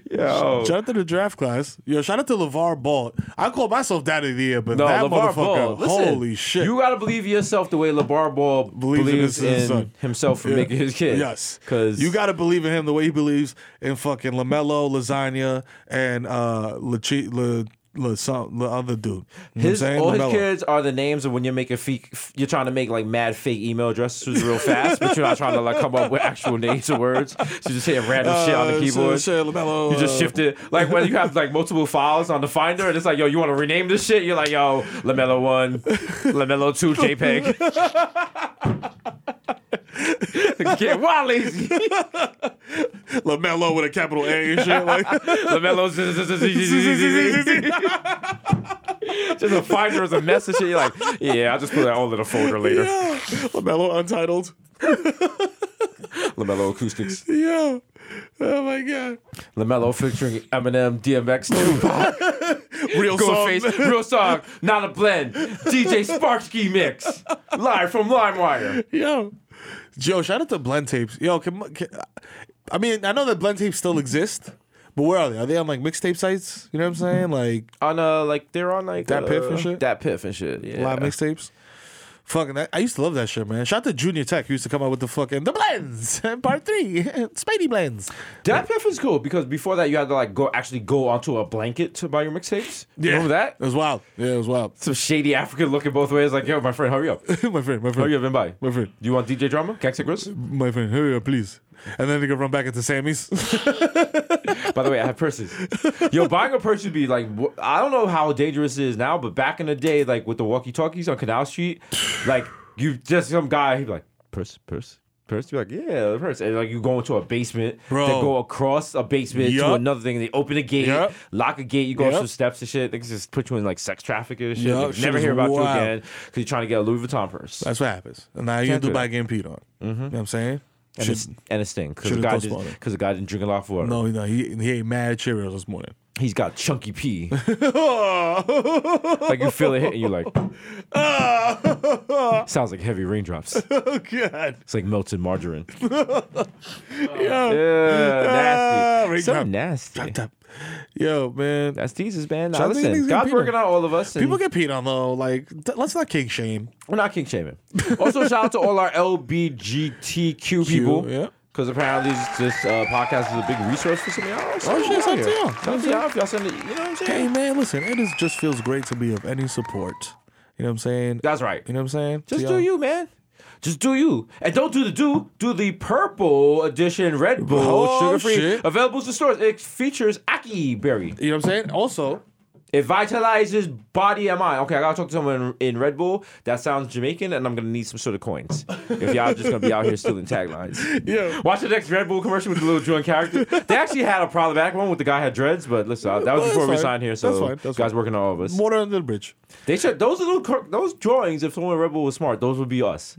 S1: Yo.
S2: Shout out to the draft class. Yo, shout out to LeVar Ball. I call myself dad of the year, but that
S1: LeVar
S2: motherfucker,
S1: Listen,
S2: holy shit.
S1: You gotta believe in yourself the way LeVar Ball believes,
S2: Believes in his-
S1: in,
S2: his son.
S1: himself for
S2: Yeah.
S1: making his kid.
S2: Yes,
S1: because
S2: you got to believe in him the way he believes in fucking Lamelo, Lasagna, and uh, Lachi, La, La, some, the other dude. You know
S1: His,
S2: what I'm saying?
S1: all his
S2: LaMelo.
S1: kids are the names of when you're making fake, you're trying to make like mad fake email addresses real fast, but you're not trying to like come up with actual names or words. So you just hit random shit on the
S2: Uh, shit,
S1: keyboard.
S2: shit, LaMelo,
S1: You just
S2: uh,
S1: shift it. Like when you have like multiple files on the Finder, and it's like, yo, you want to rename this shit? You're like, yo, Lamelo one, Lamelo two, JPEG. Get wild lazy.
S2: Lamelo with a capital A and shit. Like,
S1: Lamelo. z- z- z- z- z- z- z- z- Just a Finder is a mess and shit. You're like, yeah, I'll just put that all in a folder later.
S2: yeah, Lamelo untitled.
S1: Lamelo acoustics.
S2: Yeah. Oh my god.
S1: LaMelo featuring Eminem, DMX, Tupac,
S2: Real song.
S1: Ghostface, real song, not a blend. DJ Sparksky mix, live from LimeWire.
S2: Yo. Yo, shout out to Blend Tapes. Yo, can, can- I mean, I know that Blend Tapes still exist, but where are they? Are they on like mixtape sites? You know what I'm saying? Like
S1: on uh like they're on like
S2: Dat
S1: uh,
S2: Piff and shit?
S1: That piff and shit. Yeah.
S2: live mixtapes. Fucking, that, I used to love that shit, man. Shout out to Junior Tech, who used to come out with the fucking the blends, part three, Spidey blends.
S1: That piff is cool because before that you had to like go actually go onto a blanket to buy your mixtapes. Yeah. Remember that?
S2: It was wild. Yeah, it was wild.
S1: Some shady African looking both ways, like, yo, my friend, hurry up.
S2: my friend, my
S1: Hurry
S2: friend,
S1: up and buy.
S2: My friend.
S1: Do you want DJ drama? Can I take Chris?
S2: my friend, hurry up, please. And then they could run back into Sammy's.
S1: By the way, I have purses. Yo, buying a purse would be like, wh- I don't know how dangerous it is now, but back in the day, like with the walkie talkies on Canal Street, like you just some guy, he'd be like, purse, purse. Purse, you're like, yeah, the purse. And like you go into a basement,
S2: Bro.
S1: then go across a basement to
S2: Yup.
S1: another thing, they open a gate,
S2: Yup.
S1: lock a gate, you go up
S2: Yup.
S1: some steps and shit. They can just put you in like sex trafficking and shit.
S2: Yup,
S1: They
S2: shit
S1: never
S2: is
S1: hear about you
S2: wild.
S1: again because you're trying to get a Louis Vuitton purse.
S2: That's what happens. And now you
S1: Can't
S2: do
S1: do
S2: by
S1: that. Mm-hmm.
S2: getting peed on. You know what I'm saying?
S1: and,
S2: Should-
S1: it's, and it's thing because the,
S2: should've
S1: guy
S2: postponed
S1: didn't-
S2: it.
S1: 'cause the guy didn't drink a lot of water.
S2: no, no, he he ate mad Cheerios this morning.
S1: He's got chunky pee. like you feel it hitting you like
S2: oh
S1: sounds like heavy raindrops.
S2: God!
S1: It's like melted margarine.
S2: Yo,
S1: nasty.
S2: raindrop.
S1: so nasty.
S2: Tap, tap. Yo, man.
S1: That's Jesus, man. Now
S2: Shout out to these
S1: listen,
S2: niggas
S1: God's
S2: getting
S1: working
S2: peed on.
S1: on all of us. and
S2: People get peed on though. Like, th- let's not kink shame.
S1: we're not king shaming. Also, shout out to all our LBGTQ people.
S2: yeah.
S1: Because apparently this, this uh, podcast is a big resource for some of y'all.
S2: Oh, shit, it's up to y'all.
S1: Some y'all, if y'all send it, you know what I'm saying?
S2: Hey, man, listen. It is, just feels great to be of any support. You know what I'm saying?
S1: That's right.
S2: You know what I'm saying? To
S1: Just do
S2: y'all.
S1: you, man. Just do you. And don't do the do, do the purple edition Red Bull
S2: Oh,
S1: sugar free
S2: shit.
S1: available to stores. It features Aki berry.
S2: You know what I'm saying? Also,
S1: It vitalizes body and mind. Okay, I gotta talk to someone in, in Red Bull. That sounds Jamaican, and I'm gonna need some sort of coins. If y'all just gonna be out here stealing taglines.
S2: Yeah.
S1: Watch the next Red Bull commercial with the little joint character. They actually had a problematic one with the guy had dreads, but listen, uh, that was
S2: Well,
S1: before
S2: that's
S1: we
S2: fine.
S1: signed here, so
S2: That's fine, that's
S1: guys
S2: fine.
S1: working on all of us.
S2: water under the bridge.
S1: They should those little cur- those drawings, if someone in Red Bull was smart, those would be us.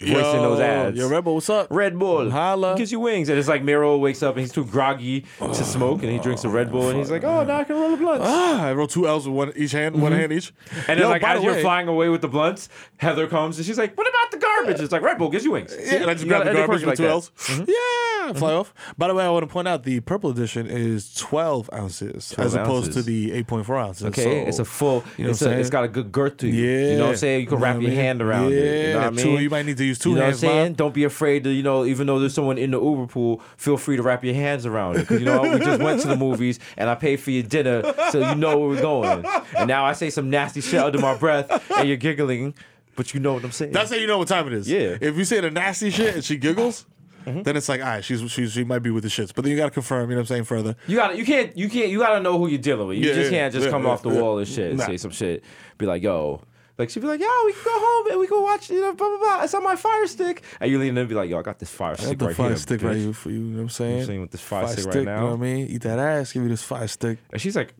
S1: Voicing those ads.
S2: Yo, Rebel, what's up?
S1: Red Bull.
S2: Holla.
S1: Gives you wings. And it's like Miro wakes up and he's too groggy to smoke and he drinks a Red Bull and he's like, oh, now I can roll a blunt.
S2: Ah, I rolled two L's with one each hand, one hand each.
S1: And then,
S2: Yo,
S1: like,
S2: by
S1: as
S2: the
S1: you're
S2: way-
S1: flying away with the blunts, Heather comes and she's like, what about the garbage? It's like, Red Bull gives you wings.
S2: Yeah, and I just grabbed the garbage with two L's. Yeah, fly off. By the way, I want to point out the purple edition is 12 ounces as
S1: 12
S2: opposed
S1: ounces.
S2: to the 8.4 ounces.
S1: Okay,
S2: So-
S1: it's a full.
S2: you know
S1: it's,
S2: what I'm
S1: a, it's
S2: saying?
S1: got a good girth to you. you know what I'm saying. You can
S2: know
S1: wrap
S2: what I
S1: your
S2: mean?
S1: hand around it. You know what I
S2: Yeah,
S1: mean.
S2: two- you might need to use two
S1: You know
S2: hands,
S1: what I'm
S2: man.
S1: saying. Don't be afraid to you know. Even though there's someone in the Uber pool, feel free to wrap your hands around it. 'Cause you know what? we just went to the movies and I paid for your dinner, so you know where we're going. And now I say some nasty shit under my breath, and you're giggling, but you know what I'm saying.
S2: That's how you know what time it is.
S1: Yeah. Mm-hmm.
S2: If you say the nasty shit and she giggles, then it's like, all right, she's, she's, she might be with the shits. But then you got to confirm, you know what I'm saying, further.
S1: You gotta, you can't, you can't, you gotta know who you're dealing with. You
S2: Yeah,
S1: just
S2: yeah,
S1: can't just
S2: yeah,
S1: come
S2: yeah,
S1: off the
S2: yeah.
S1: wall and shit and
S2: Nah.
S1: say some shit. Be like, yo, like she'd be like, yo, we can go home and we can watch, you know, blah blah blah. It's on my fire stick, and you lean in and be like, yo, I got this fire
S2: I
S1: stick
S2: got the
S1: right
S2: fire
S1: here,
S2: stick
S1: bitch.
S2: right here for you, you know what I'm saying?
S1: I'm saying with this fire stick right
S2: You know
S1: now.
S2: what I mean? Eat that ass, give you this fire stick.
S1: And she's like,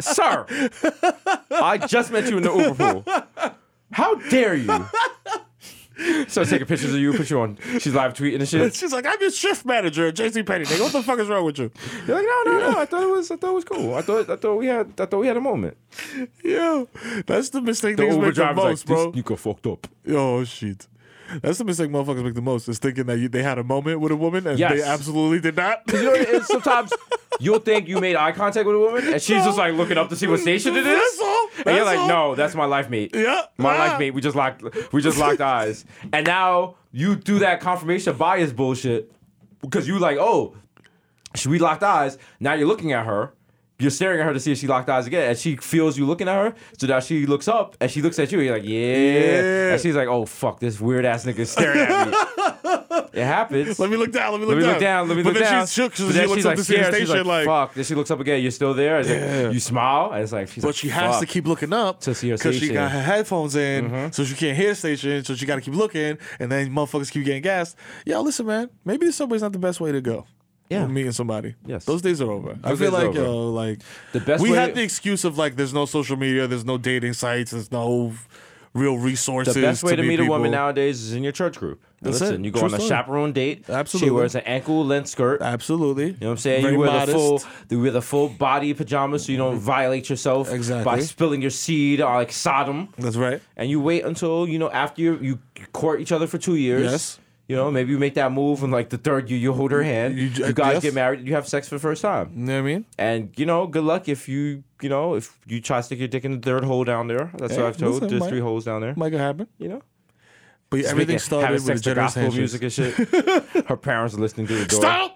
S1: sir, I just met you in the Uber pool. How dare you? Starts taking pictures of you, put you on. She's live tweeting and shit.
S2: She's like, I'm your shift manager at JC Penny. Nigga, what the fuck is wrong with you?
S1: You're like, no, no, no. I thought it was, I thought it was cool. I thought, I thought we had, I thought we had a moment.
S2: Yo, that's the mistake
S1: The
S2: niggas
S1: Uber
S2: make the
S1: driver's
S2: most,
S1: like,
S2: bro.
S1: this nigga fucked up.
S2: oh shit, that's the mistake motherfuckers make the most is thinking that you, they had a moment with a woman and
S1: Yes.
S2: they absolutely did not.
S1: You know, what it is? sometimes you'll think you made eye contact with a woman, and she's just like looking up to see what station it is.
S2: That's all.
S1: and you're
S2: That's
S1: like,
S2: all.
S1: no, that's my life mate.
S2: Yeah.
S1: my
S2: Ah.
S1: life mate. We just locked, we just locked eyes, and now you do that confirmation bias bullshit because you like, oh, she we locked eyes. Now you're looking at her. You're staring at her to see if she locked eyes again, and she feels you looking at her. So now she looks up and she looks at you. And you're like, yeah.
S2: Yeah.
S1: and she's like, oh fuck, this weird ass nigga is staring at me. it happens.
S2: Let me look down. Let me look,
S1: Let me look down. Let me
S2: but
S1: look
S2: then
S1: down.
S2: she's shook
S1: But
S2: because
S1: then
S2: she looks
S1: she's,
S2: up
S1: like,
S2: to see the
S1: scared. She's
S2: station. Like,
S1: fuck. Then she looks up again. You're still there. It's like,
S2: Yeah.
S1: you smile, and it's like, she's
S2: but
S1: like,
S2: she has to
S1: fuck.
S2: keep looking up
S1: To see her
S2: she
S1: station. Mm-hmm.
S2: got her headphones in, so she can't hear the station. So she got to keep looking, and then motherfuckers keep getting gassed. Yo, listen, man, maybe the subway's not the best way to go.
S1: Yeah.
S2: When meeting somebody.
S1: Yes.
S2: those days are over. I
S1: Those
S2: feel
S1: days are
S2: like
S1: over.
S2: yo, like
S1: The best
S2: we
S1: way-
S2: have the excuse of like, there's no social media, there's no dating sites, there's no real resources.
S1: The best way to, meet a woman
S2: people.
S1: nowadays is in your church group. Now,
S2: That's
S1: listen,
S2: it.
S1: you go
S2: True
S1: on a
S2: story.
S1: chaperone date.
S2: Absolutely.
S1: She wears an ankle length skirt.
S2: Absolutely. You
S1: You know what I'm saying? you wear the full, you wear the full body pajamas, so you don't violate yourself by
S2: Exactly.
S1: spilling your seed or like Sodom.
S2: That's right.
S1: And you wait until you know after you you court each other for two years.
S2: Yes.
S1: You know, maybe you make that move, and like the third year, you hold her hand. You,
S2: You- uh,
S1: guys
S2: yes.
S1: get married. You have sex for the first time.
S2: You know what I mean?
S1: And you know, good luck if you you know if you try to stick your dick in the third hole down there. That's
S2: Hey,
S1: what I've told.
S2: listen,
S1: There's
S2: Mike.
S1: three holes down there.
S2: Might could happen.
S1: You know.
S2: But yeah, everything
S1: Speaking-
S2: started
S1: having
S2: with a
S1: sex to
S2: generous
S1: gospel
S2: handshake.
S1: music and shit. Her parents are listening to the door.
S2: Stop!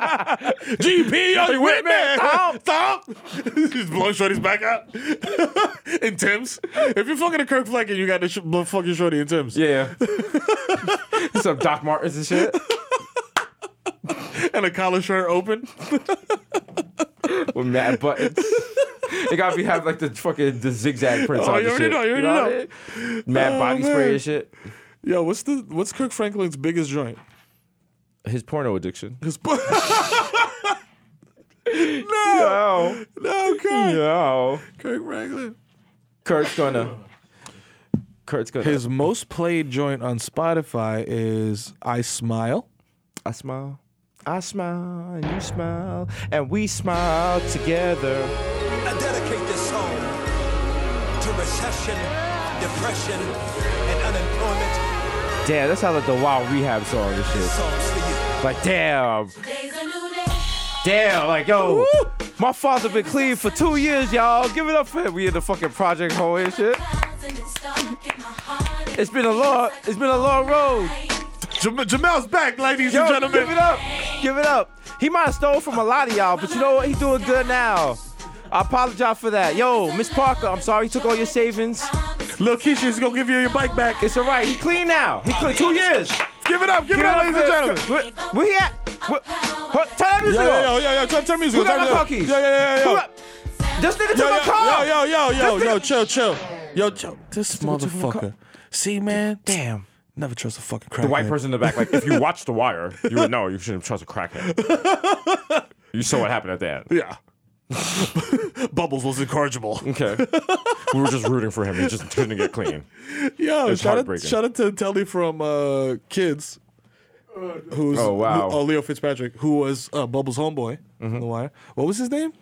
S2: GP, are you with me? Stop! Just blowing shorties back out. in Tim's. If you're fucking a Kirk Flank and you got to sh- blow fucking shorty in Tim's.
S1: Yeah. Some Doc Martens and shit.
S2: And a collar shirt open.
S1: with mad buttons. They gotta be have like the fucking the zigzag prints
S2: Oh,
S1: on
S2: you
S1: the
S2: already
S1: shit.
S2: know, you already
S1: what I mean? Mad
S2: Oh,
S1: body
S2: man.
S1: spray and shit.
S2: Yo, what's the what's Kirk Franklin's biggest joint?
S1: His porno addiction.
S2: His butt. no,
S1: Yo,
S2: no, Kirk.
S1: yo.
S2: Kirk Franklin.
S1: Kurt's gonna. Kurt's gonna.
S2: His most played joint on Spotify is "I Smile."
S1: I smile. I smile and you smile and we smile together.
S8: I dedicate this song to recession, depression, and unemployment.
S1: Damn, that sounds like the Wild Rehab song and
S8: This
S1: shit.
S8: song's for you.
S1: Like damn, damn, like yo, my father been clean for two years, y'all. Give it up for him. We in the fucking project hole and shit. It's been a long, it's been a long road.
S2: Jam- Jamel's back, ladies
S1: Yo,
S2: and gentlemen.
S1: give it up. Give it up. He might have stole from a lot of y'all, but you know what? He doing good now. I apologize for that. Yo, Miss Parker, I'm sorry he took all your savings.
S2: Lil Keisha's gonna give you your bike back.
S1: It's all right. He clean now. He clean two years.
S2: Give it up, give, it up, ladies and gentlemen.
S1: gentlemen. Where he at? Where, what, turn that music
S2: Yo,
S1: off.
S2: yo, yo, yo, yo, turn, turn music.
S1: Who
S2: on,
S1: got
S2: turn
S1: my car
S2: music on.
S1: keys?
S2: Yo, yo, yo,
S1: Who
S2: yo.
S1: got- This nigga took
S2: Yo,
S1: my car.
S2: yo, yo, yo, yo,
S1: This
S2: yo,
S1: nigga-
S2: chill, chill. Yo, chill. This motherfucker. See, man,
S1: Damn.
S2: never trust a fucking crackhead.
S1: The white person in the back, like, if you watch The Wire, you would know you shouldn't trust a crackhead. You saw what happened at that.
S2: Yeah. Bubbles was incorrigible.
S1: Okay. We were just rooting for him. He just couldn't get clean.
S2: Yo,
S1: It's
S2: shout out,
S1: heartbreaking.
S2: shout out to Telly from uh, Kids, who's
S1: Oh, wow. Mm-hmm.
S2: who- oh, Leo Fitzpatrick, who was uh, Bubbles' homeboy. on The Wire. What was his name?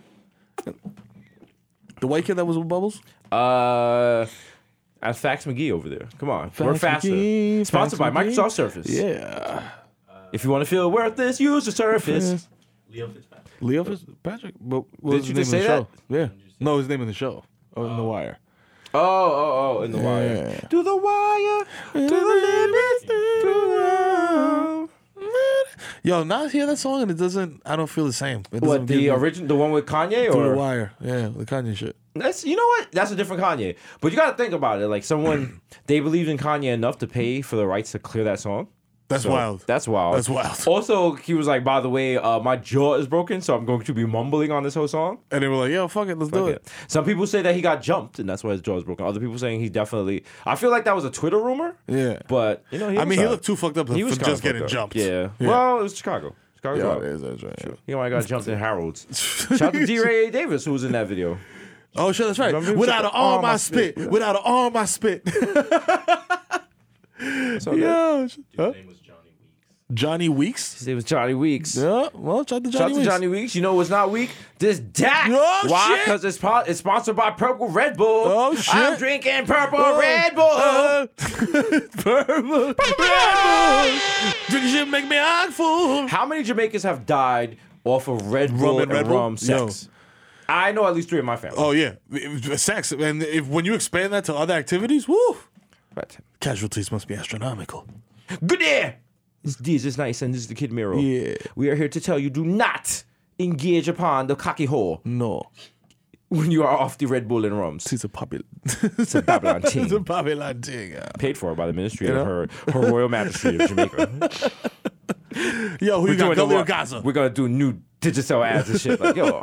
S2: The white kid that was with Bubbles.
S1: Uh, at Fax McGee over there. Come on, we're faster.
S2: McGee,
S1: Sponsored by
S2: Fax McGee.
S1: Microsoft Surface.
S2: Yeah,
S1: If you want to feel worth this, use the Surface.
S6: Leo Fitzpatrick.
S2: Leo Fitzpatrick. But what
S1: Did
S2: was his
S1: you
S2: name
S1: just
S2: in
S1: say
S2: the show? Yeah, no, his name in the show. Oh, in The Wire.
S1: Oh, oh, oh! In the wire. Do the wire. Do the limits. Do
S2: Yo, now I hear that song and it doesn't. I don't feel the same. It
S1: the
S2: doesn't
S1: what
S2: give me-
S1: the original, the one with Kanye,
S2: Through
S1: or
S2: the wire, yeah, the Kanye shit.
S1: That's you know what? That's a different Kanye. But you got to think about it. Like someone, they believed in Kanye enough to pay for the rights to clear that song.
S2: That's
S1: So,
S2: wild.
S1: That's wild.
S2: That's wild.
S1: Also, he was like, by the way, uh, my jaw is broken, so I'm going to be mumbling on this whole song.
S2: and they were like, "Yo, fuck it, let's do
S1: Okay.
S2: it."
S1: Some people say that he got jumped, and that's why his jaw is broken. Other people saying he definitely. I feel like that was a Twitter rumor.
S2: Yeah.
S1: But you know, he
S2: I
S1: was
S2: mean, he
S1: out.
S2: looked too fucked up
S1: He was
S2: for
S1: kinda
S2: just getting
S1: fucked up.
S2: jumped.
S1: Yeah.
S2: Yeah.
S1: Well, it was Chicago. Chicago's
S2: Yeah,
S1: wild.
S2: it is, that's right. yeah.
S1: You know, I got jumped in Harold's. Shout out to D. Ray Davis, who was in that video.
S2: Oh shit, that's right.
S1: Remember, he was
S2: Without
S1: like,
S2: an arm, I spit. Without an arm, I spit.
S1: So
S2: Yo, sh- huh?
S6: His name was Johnny Weeks.
S2: Johnny Weeks.
S1: His name was Johnny Weeks.
S2: Yeah, well, shout out to
S1: Shout
S2: Johnny
S1: out to
S2: Weeks.
S1: Johnny Weeks. You know what's not weak? This DAC.
S2: Oh,
S1: Why?
S2: shit.
S1: Because it's, po- it's sponsored by Purple Red Bull.
S2: Oh, shit. Oh.
S1: I'm drinking Purple Red Bull.
S2: Uh, Purple. Purple. Drinking shit make me act fool.
S1: How many Jamaicans have died off of Red Bull
S2: and
S1: and,
S2: Red Bull?
S1: rum sex? I know at least three in my family.
S2: Oh yeah, If- sex. And if when you expand that to other activities, woo,
S1: Right.
S2: casualties must be astronomical.
S1: Good day. This is is nice, and this is the kid Miro.
S2: Yeah.
S1: We are here to tell you: do not engage upon the cocky hole
S2: No,
S1: when you are off the Red Bull and rums.
S2: it's a popular.
S1: It's a Babylon
S2: it's a
S1: team
S2: popular thing. uh. yeah.
S1: paid for by the Ministry
S2: You
S1: of her, her Royal Majesty of Jamaica.
S2: Yo, who you got?
S1: doing the
S2: Gully or
S1: what?
S2: Gaza?
S1: We're gonna do new Digicel ads and shit. Like, yo,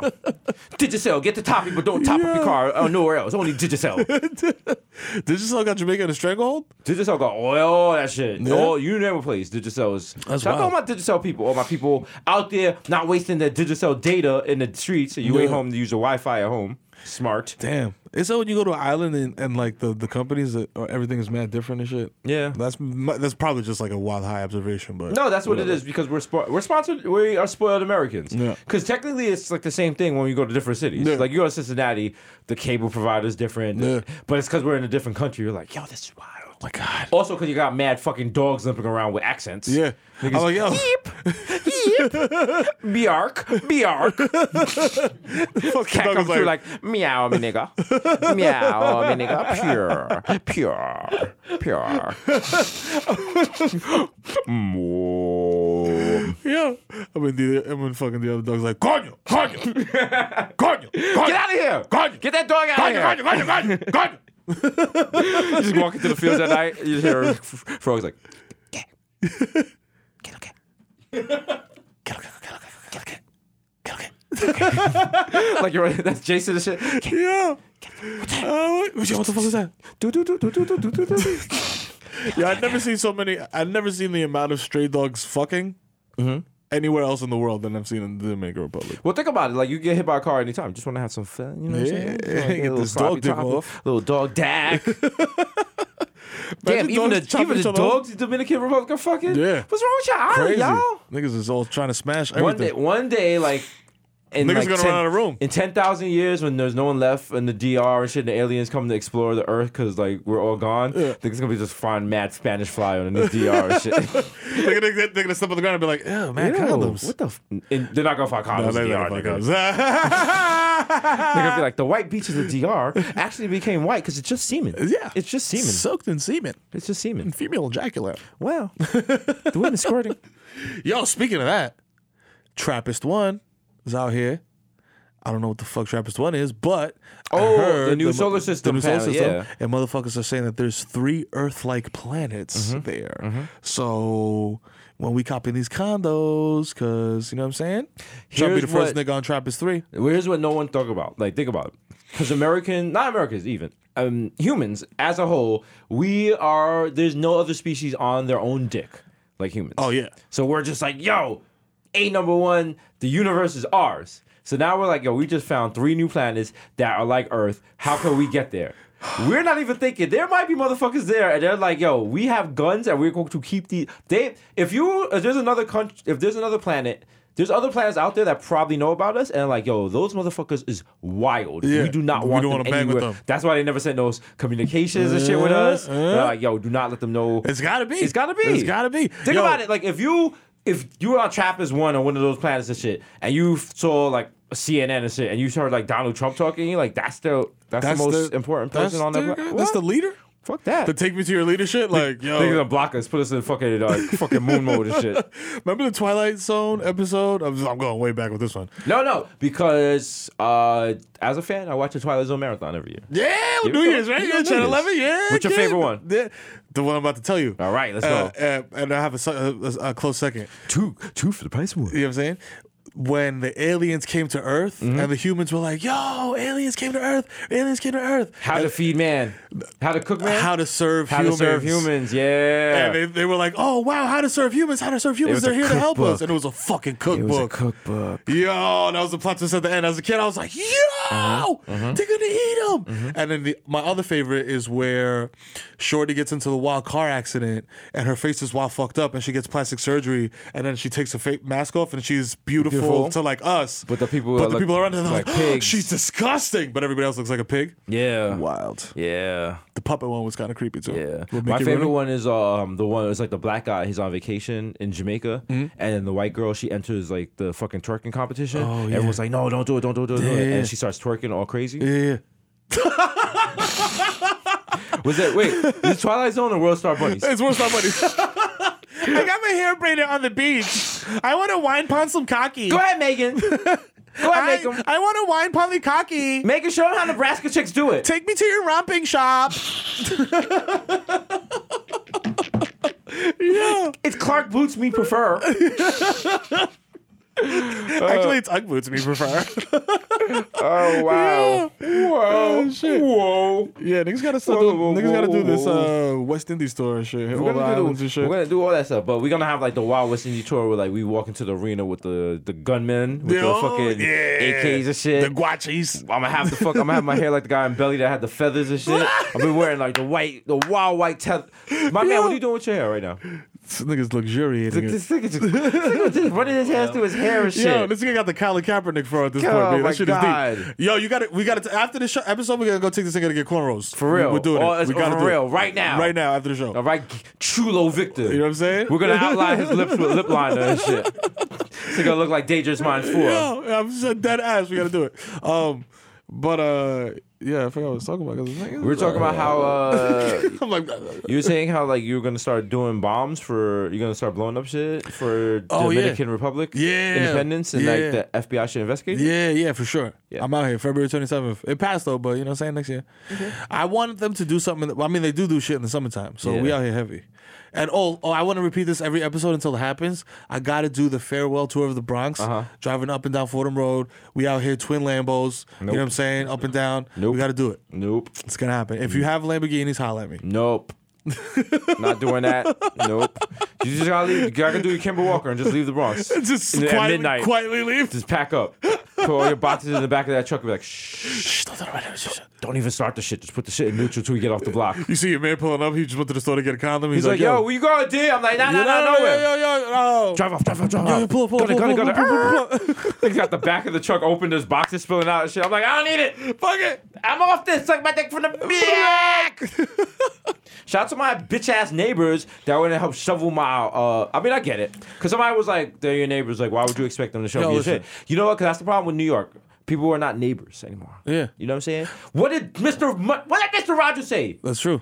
S1: Digicel, get the topic, but don't top up your car uh, nowhere else. Only Digicel.
S2: Did you still got Jamaica in a stranglehold?
S1: Digicel got oil, that shit.
S2: Yeah.
S1: All, you never plays Digicel is.
S2: That's
S1: Shout out to all
S2: wild.
S1: my Digicel people, all my people out there not wasting their Digicel data in the streets. and You ain't
S2: Yeah.
S1: home to use the Wi Fi at home. Smart.
S2: Damn. Is that when you go to an island and, and like the, the companies that are, everything is mad different and shit?
S1: Yeah.
S2: That's mu- that's probably just like a wild high observation, but
S1: No, that's what it is because we're spo- we're sponsored. We are spoiled Americans.
S2: Yeah.
S1: Because technically, it's like the same thing when we go to different cities.
S2: Yeah.
S1: Like you go to Cincinnati, the cable provider is different.
S2: Yeah. Oh
S1: But it's because we're in a different country. You're like, yo, this is wild.
S2: my God.
S1: Also, because you got mad fucking dogs limping around with accents.
S2: Yeah. I'm like, yo,
S1: Bjark, Bjark.
S2: fuck
S1: Cat
S2: dog
S1: comes
S2: is
S1: through like, meow, me nigga. meow, me nigga. Pure, pure, pure. Mwah.
S2: yeah. I mean, the, I mean, fucking the other dog's like, coño, coño, coño, coño.
S1: Get out of here.
S2: Coño.
S1: Get that dog out of here.
S2: Coño, coño, coño, coño, coño.
S1: You just walk into the fields at night, you just hear frogs like, "Get. Get, okay. Get, okay, okay, okay, okay, okay. Get, okay, okay." like you're that's Jason and shit. Get,
S2: Yeah.
S1: okay.
S2: Uh, what what the fuck was that?
S1: Do, do, do, do, do, do, do, do, do.
S2: Yeah, I've never seen so many. I've never seen the amount of stray dogs fucking
S1: Mm-hmm.
S2: anywhere else in the world than I've seen in the Dominican Republic.
S1: Well, think about it. Like you get hit by a car anytime. Just want to have some fun. You know what
S2: Yeah,
S1: I'm saying?
S2: yeah,
S1: Wanna
S2: get
S1: a little
S2: this dog
S1: sloppy
S2: dip
S1: taco,
S2: off.
S1: Little dog dag. Damn,
S2: Imagine
S1: even
S2: dogs
S1: the,
S2: chopping
S1: even
S2: each
S1: the
S2: other up.
S1: dogs in Dominican Republic are fucking.
S2: Yeah.
S1: What's wrong with y'all?
S2: Crazy.
S1: Y'all.
S2: Niggas is all trying to smash
S1: One
S2: everything.
S1: day, one day, like. In
S2: Niggas
S1: like
S2: gonna run out of room.
S1: In 10,000 years, when there's no one left and the DR and shit, and the aliens come to explore the earth because, like, we're all gone, niggas gonna be just flying mad Spanish fly on the DR and shit.
S2: they're, gonna, they're gonna step on the ground and be like, "Ew, man,
S1: Ew,
S2: condoms."
S1: What the? F- and they're not gonna find
S2: No,
S1: condoms
S2: they're
S1: in DR,
S2: not
S1: nigga.
S2: gonna fuck
S1: They're gonna be like, the white beaches of DR actually became white because it's just semen.
S2: us. yeah,
S1: It's just semen.
S2: soaked in semen,
S1: it's just semen.
S2: female ejaculate.
S1: Wow. the women squirting.
S2: Yo, speaking of that, Trappist One is out here. I don't know what the fuck Trappist One is, but I
S1: Oh, the
S2: heard
S1: new
S2: mo-
S1: solar system
S2: the new solar
S1: panel,
S2: system,
S1: yeah.
S2: and motherfuckers are saying that there's three Earth-like planets
S1: Mm-hmm.
S2: there. So when we copy these condos, cause you know what I'm saying, try to be
S1: Here's
S2: the first
S1: what-
S2: nigga on Trappist Three.
S1: Here's what no one talk about. Like, think about it. Because American, not Americans even, um, humans as a whole, we are. There's no other species on their own dick like humans.
S2: Oh, yeah.
S1: So we're just like, yo, a number one. The universe is ours. So now we're like, yo, we just found three new planets that are like Earth. How can we get there? We're not even thinking. There might be motherfuckers there, and they're like, "Yo, we have guns, and we're going to keep the they." If you if there's another country, if there's another planet, there's other planets out there that probably know about us, and they're like, "Yo, those motherfuckers is wild.
S2: Yeah,
S1: we do not
S2: we
S1: want
S2: don't
S1: them
S2: wanna bang with
S1: anywhere."
S2: them.
S1: That's why they never sent those communications and shit with us.
S2: Uh, uh.
S1: They're like, "Yo, do not let them know."
S2: It's gotta be.
S1: It's gotta be.
S2: It's gotta be.
S1: Think
S2: Yo.
S1: about it. Like if you if you were on Trappist One or one of those planets and shit, and you saw like CNN and shit, and you heard like Donald Trump talking, you're like, "That's the that's, the most important
S2: that's
S1: person on
S2: the,
S1: that planet."
S2: That's the leader.
S1: Fuck that.
S2: To take me to your leadership, like yo,
S1: They're gonna block us, put us in fucking uh, fucking moon mode and shit.
S2: Remember the Twilight Zone episode? I'm, I'm going way back with this one.
S1: No, no, because uh, as a fan, I watch the Twilight Zone marathon every year.
S2: Yeah,
S1: Yeah,
S2: New
S1: we
S2: Year's,
S1: go-
S2: right?
S1: we
S2: Yeah,
S1: go New
S2: Channel
S1: Year's.
S2: 11, yeah.
S1: What's your
S2: kid.
S1: favorite one?
S2: The, the one I'm about to tell you.
S1: All right, let's
S2: Uh,
S1: go.
S2: uh, and I have a, se- a, a close second.
S1: Two, two for the price of one.
S2: You know what I'm saying? When the aliens came to Earth
S1: Mm-hmm.
S2: and the humans were like, yo, aliens came to Earth, aliens came to Earth.
S1: How to feed man? How to cook man?
S2: How to serve
S1: How
S2: humans.
S1: to serve humans? Yeah.
S2: And they, they were like, oh, wow, how to serve humans, how to serve humans.
S1: was
S2: They're
S1: a
S2: here to help
S1: cookbook.
S2: us. And it was a fucking
S1: it was a
S2: cookbook.
S1: cookbook.
S2: Yo, that was the plot twist at the end. As a kid, I was like, yo,
S1: Uh-huh,
S2: they're gonna eat him.
S1: Mm-hmm.
S2: And then the, my other favorite is where Shorty gets into the wild car accident and her face is wild fucked up and she gets plastic surgery and then she takes her fa- mask off and she's beautiful,
S1: Beautiful.
S2: to like us.
S1: But the people
S2: but
S1: that
S2: the
S1: look
S2: people around her they're
S1: like
S2: like, "Oh,
S1: pigs.
S2: she's disgusting. But everybody else looks like a pig.
S1: Yeah.
S2: Wild.
S1: Yeah.
S2: The puppet one was kind of creepy too.
S1: Yeah.
S2: With
S1: My
S2: Mickey
S1: favorite
S2: Rooney.
S1: one is um the one it's like the black guy, he's on vacation in Jamaica
S2: Mm-hmm.
S1: and then the white girl she enters like the fucking twerking competition.
S2: Oh, yeah.
S1: Everyone's like, No, don't do it, don't do it, don't do it.
S2: Yeah.
S1: And she starts twerking all crazy.
S2: Yeah.
S1: Was that wait, is Twilight Zone or World Star Bunnies?
S2: It's worth my money. I got my hair braided on the beach. I want to wine pond some cocky.
S1: Go ahead, Megan. Go ahead, Megan.
S2: I want to wine pond the cocky.
S1: Megan, show them how Nebraska chicks do it.
S2: Take me to your romping shop.
S1: It's Clark Boots me prefer.
S2: Actually, it's Ugg boots we prefer.
S1: Oh wow! Whoa! Whoa!
S2: Oh, yeah, niggas gotta start
S1: Whoa,
S2: doing-
S1: whoa,
S2: niggas gotta
S1: whoa,
S2: do this
S1: whoa.
S2: uh, West Indies tour and shit.
S1: We're
S2: All the
S1: gonna, do,
S2: islands and
S1: we're
S2: shit.
S1: gonna do all that stuff, but we're gonna have like the Wild West Indies tour where like we walk into the arena with the the gunmen with
S2: Yeah,
S1: the fucking AKs and shit.
S2: The guachis.
S1: I'm gonna have the fuck. I'm gonna have my hair like the guy in Belly that had the feathers and shit. I've been wearing like the white, the wild white. Te- My man, what are you doing with your hair right now?
S2: This nigga's luxuriating. it.
S1: This nigga just, this nigga just running his hands through his hair and shit.
S2: Yo, this nigga got the Colin Kaepernick for at this
S1: Oh
S2: point, dude.
S1: my
S2: That shit is
S1: God.
S2: deep. Yo, you gotta, we gotta, after the show, episode, we gotta go take this nigga to get cornrows.
S1: For real.
S2: We're doing
S1: Oh,
S2: it.
S1: it's-
S2: We gotta
S1: for
S2: do it.
S1: real. Right now.
S2: Right now, after the show.
S1: All right, G- Chulo Victor.
S2: You know what I'm saying?
S1: We're gonna outline his lips with lip liner and shit. It's gonna look like Dangerous Minds Four.
S2: Yo, I'm just a dead ass. We gotta do it. Um, but uh, yeah, I forgot what I was talking about. 'cause it's like-
S1: We were talking about how uh,
S2: I'm like,
S1: you were saying how like you were gonna start doing bombs for you're gonna start blowing up shit for
S2: Oh, yeah.
S1: Dominican Republic,
S2: Yeah.
S1: independence, and
S2: Yeah.
S1: like the FBI should investigate. it?
S2: yeah, yeah, for sure.
S1: Yeah.
S2: I'm out here February 27th. It passed though, but you know, what I'm saying next year. I wanted them to do something. That, well, I mean, they do do shit in the summertime, so we
S1: Yeah.
S2: out here heavy. And oh, oh, I want to repeat this every episode until it happens. I gotta do the farewell tour of the Bronx, driving up and down Fordham Road. We out here twin Lambos. You know what I'm saying? Up and down.
S1: Nope.
S2: We gotta do it.
S1: Nope.
S2: It's gonna happen. If you have Lamborghinis, holla at me.
S1: Nope. Not doing that. Nope. You just gotta leave. You gotta do your Kimber Walker and just leave the Bronx.
S2: Just
S1: And then at
S2: quietly,
S1: midnight.
S2: quietly leave.
S1: Just pack up. Put all your boxes in the back of that truck and be like, shh, don't even start the shit. Just put the shit in neutral till we get off the block.
S2: You see your man pulling up. He just went to the store to get a condom. He's,
S1: He's like, yo, where you going, D? I'm like, nah, nah, nah, nowhere.
S2: yo, yo, yo, yo.
S1: Drive off, drive off, drive
S2: Yo,
S1: off.
S2: yo, pull up, pull up,
S1: Gunna,
S2: pull up,
S1: gunna,
S2: pull up,
S1: gunna.
S2: pull up, pull up, pull up.
S1: They got the back of the truck open, there's boxes spilling out and shit. I'm like, I don't need it. Fuck it. I'm off this. Suck my dick from the back. Shout out to my bitch ass neighbors that went and helped shovel my. Uh, I mean, I get it. Because somebody was like, they're your neighbors. Like, why would you expect them to shovel
S2: Yo,
S1: your
S2: listen.
S1: shit? You know what? Because that's the problem with New York. People are not neighbors anymore.
S2: Yeah.
S1: You know what I'm saying? What did Mr. Mu- what did Mr. Rogers say?
S2: That's true.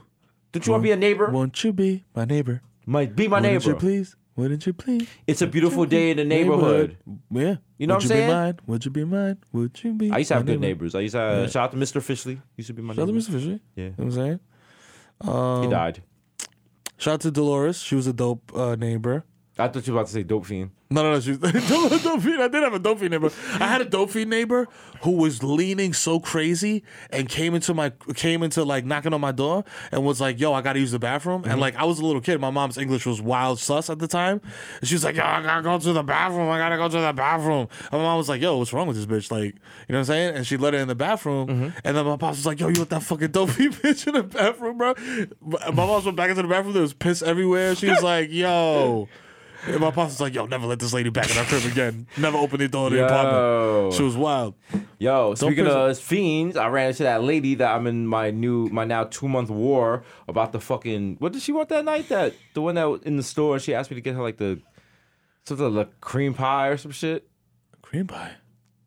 S1: Don't you want to be a neighbor?
S2: Won't you be my neighbor?
S1: Might be my
S2: Wouldn't you
S1: neighbor.
S2: please? Wouldn't you please?
S1: It's a beautiful day in the neighborhood.
S2: Yeah.
S1: You know
S2: Would
S1: what I'm
S2: you
S1: saying?
S2: Be mine? Would you be mine? Would you be?
S1: I used to
S2: my
S1: have good
S2: neighbor?
S1: neighbors. I used to uh, shout out to Mr. Fishley. He used to be my
S2: Shout out to
S1: neighbor.
S2: Mr. Fisher.
S1: Yeah.
S2: You know what I'm saying?
S1: he died.
S2: Shout out to Dolores. She was a dope uh, neighbor.
S1: I thought you were about to say dope fiend.
S2: No, no, no. She was dope, dope fiend. I did have a dope fiend neighbor. I had a dope fiend neighbor who was leaning so crazy and came into my came into like knocking on my door and was like, "Yo, I gotta use the bathroom." And like, I was a little kid. My mom's English was wild sus at the time. And she was like, "Yo, I gotta go to the bathroom. I gotta go to the bathroom." And my mom was like, "Yo, what's wrong with this bitch?" Like, you know what I'm saying? And she let her in the bathroom. And then my pops was like, "Yo, you let that fucking dope fiend bitch in the bathroom, bro?" My my mom's went back into the bathroom. There was piss everywhere. She was like, "Yo." And my pops was like, yo, never let this lady back in our crib again. Never open the door to the
S1: Yo.
S2: apartment. She was wild.
S1: Yo, speaking
S2: piss-
S1: of fiends, I ran into that lady that I'm in my new, my now two month war about the fucking. What did she want that night? That the one that was in the store. She asked me to get her like the something like cream pie or some shit.
S2: Cream pie.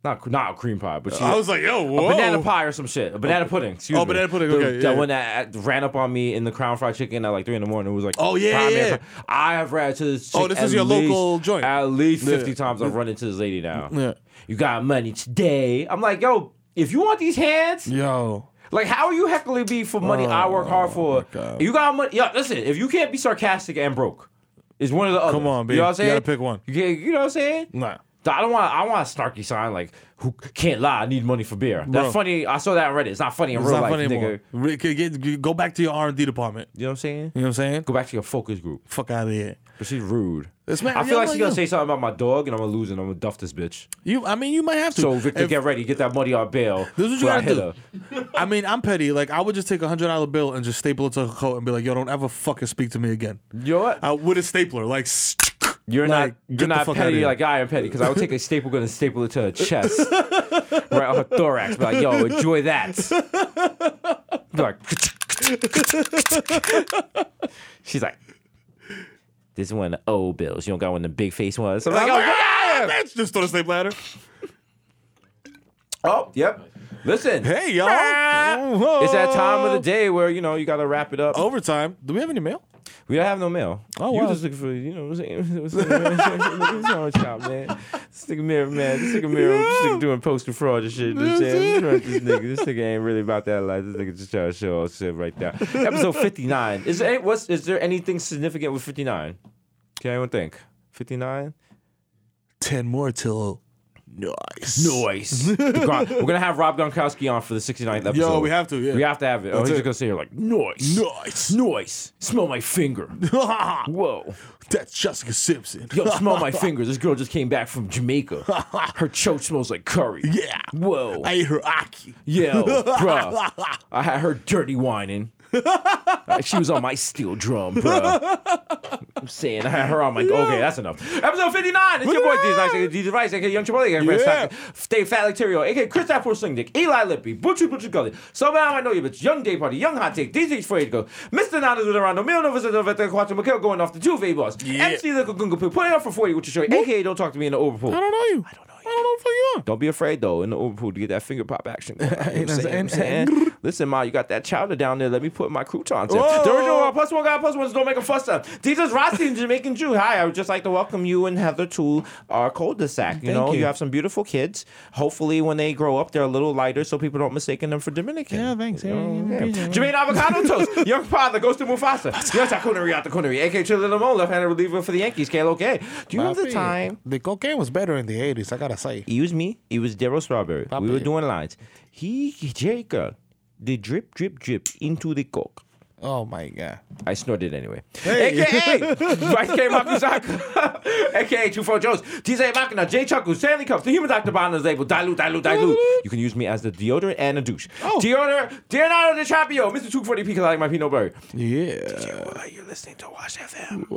S1: Not not cream pie, but she.
S2: I was like, yo, whoa.
S1: banana pie or some shit. A banana pudding. Excuse
S2: Oh,
S1: me.
S2: banana pudding,
S1: The-
S2: okay,
S1: That
S2: yeah.
S1: one that uh, ran up on me in the Crown Fried Chicken at like three in the morning. It was like,
S2: Oh, yeah,
S1: prime
S2: yeah,
S1: man-
S2: yeah.
S1: I have ran to this.
S2: Oh,
S1: chick
S2: this
S1: at
S2: is your
S1: least-
S2: local joint.
S1: At least fifty
S2: Yeah.
S1: times I've run into this lady now.
S2: Yeah.
S1: You got money today. I'm like, yo, if you want these hands,
S2: Yo.
S1: like, how are you heckling me for money I work hard for?
S2: Oh, God.
S1: You got money. Yo, listen, if you can't be sarcastic and broke, it's one or the other.
S2: Come on,
S1: You
S2: B.
S1: know what I'm
S2: You
S1: saying?
S2: gotta pick one.
S1: You, can't- you know what I'm saying?
S2: Nah.
S1: I don't want. I want a snarky sign like "Who can't lie? I need money for beer." That's
S2: Bro.
S1: funny. I saw that on Reddit. It's not funny in
S2: It's
S1: real
S2: not
S1: life,
S2: funny
S1: nigga.
S2: anymore. Re- get- get- Go back to your R&D department.
S1: You know what I'm saying?
S2: You know what I'm saying?
S1: Go back to your focus group.
S2: Fuck out of here.
S1: But she's rude.
S2: This man-
S1: I
S2: yeah,
S1: feel like
S2: like
S1: she's gonna
S2: you.
S1: say something about my dog, and I'm gonna lose, and I'm gonna duff this bitch.
S2: You, I mean, you might have to.
S1: So Victor,
S2: If-
S1: get ready. Get that money on bail.
S2: This is
S1: before I
S2: what you
S1: hit
S2: gotta
S1: her.
S2: do. I mean, I'm petty. Like, I would just take a hundred dollar bill and just staple it to her coat and be like, "Yo, don't ever fucking speak to me again."
S1: You know what?
S2: I with a stapler, like, s-
S1: You're
S2: like,
S1: not
S2: get
S1: you're
S2: the
S1: not
S2: fuck outta
S1: petty
S2: here.
S1: like I am petty because I would take a staple gun and staple it to her chest, right on her thorax. Be like, yo, enjoy that. Be like, she's like, this is one of the old bills. You don't got one of the big face ones. So I'm like,
S2: I'm
S1: oh,
S2: like,
S1: yeah.
S2: "Ah, bitch," just throw the stapler at her.
S1: oh, yep. Listen,
S2: Hey, y'all. Oh,
S1: it's that time of the day where you know you got to wrap it up.
S2: Overtime. Do we have any mail?
S1: We don't have no mail.
S2: Oh,
S1: you
S2: wow.
S1: just looking for you know what I'm saying? What's up, man? What's wrong with y'all, man? This nigga mirror man, this nigga mirror, this nigga doing poster fraud and shit. You know what I'm saying? What's wrong with this nigga, this nigga ain't really about that life. This nigga just trying to show all shit right now. Episode 59. Is there any, what's is there anything significant with 59? Can anyone think? 59.
S2: Ten more till
S8: Nice.
S1: Noise. We're gonna have Rob Gronkowski on for the 69th episode.
S8: Yo, we have to, yeah.
S1: We have to have it. Oh,
S8: That's
S1: he's just
S8: it.
S1: gonna sit here like noise,
S8: Nice.
S1: noise. Smell my finger. Whoa.
S8: That's Jessica Simpson.
S1: Yo, smell my finger. This girl just came back from Jamaica. Her choke smells like curry.
S8: Yeah.
S1: Whoa.
S8: I ate her aki.
S1: Yo, bruh. I had her dirty whining. Uh, She was on my steel drum, bruh. I'm saying I had her on my. Okay, that's enough. Episode 59. It's your boy, DJ Nice, aka DJ Rice, aka Young Chipotle, aka Brad
S8: Yeah.
S1: Stockton, Dave Fat Lacterio, aka Chris Apple Slingdick, Eli Lippy, Butcher Butcher Gully, So Bad I Know You Bitch, Young Day Party, Young Hot Take, DJ Free to Go, Mr. Nanas with Around, Mil Novas, Novetta, Quattro McHale going off the Juve Boss, MC Little Gunga Poo, putting up for 40 with your show, aka Don't Talk to Me in the Overpool.
S8: I don't know you. I don't know you. I don't know what the fuck you are.
S1: Don't be afraid though in the overpool to get that finger pop action. going. You know what I'm
S8: That's-
S1: saying? You know what I'm saying? Listen, Ma, you got that chowder down there. Let me put my croutons in.
S8: Whoa.
S1: The original one, plus one guy plus ones don't make a fuss up. Jesus Rossi and Jamaican Jew. Hi, I would just like to welcome you and Heather to our cul-de-sac. You know,
S8: you.
S1: you. have some beautiful kids. Hopefully, when they grow up, they're a little lighter, so people don't mistake them for Dominican.
S8: Yeah, thanks.
S1: You
S8: Yeah,
S1: know,
S8: yeah,
S1: yeah.
S8: appreciate it.
S1: Jermaine Avocado Toast, Young Father goes to Mufasa. Yes, I couldn't out the culinary. AK Chillin' Lamone, left-handed reliever for the Yankees. Kale, okay. Do you have the time?
S2: The cocaine was better in the 80s, I gotta say.
S1: It was me. It was Daryl Strawberry. we were doing lines. He, Jacob, the drip, drip, drip into the coke.
S2: Oh my god.
S1: I snorted anyway. AKA Vice K Makusaka, AKA Two Four Jones, DJ Makina, J Chuckles, Stanley Cups, The Human Dr. Bonner's label, dilute, dilute, dilute. You can use me as the deodorant and a douche.
S8: Oh.
S1: Deodorant, Leonardo DiCaprio, Mr. 240p, because I like my peanut butter.
S8: Yeah.
S1: You're listening to Wash FM.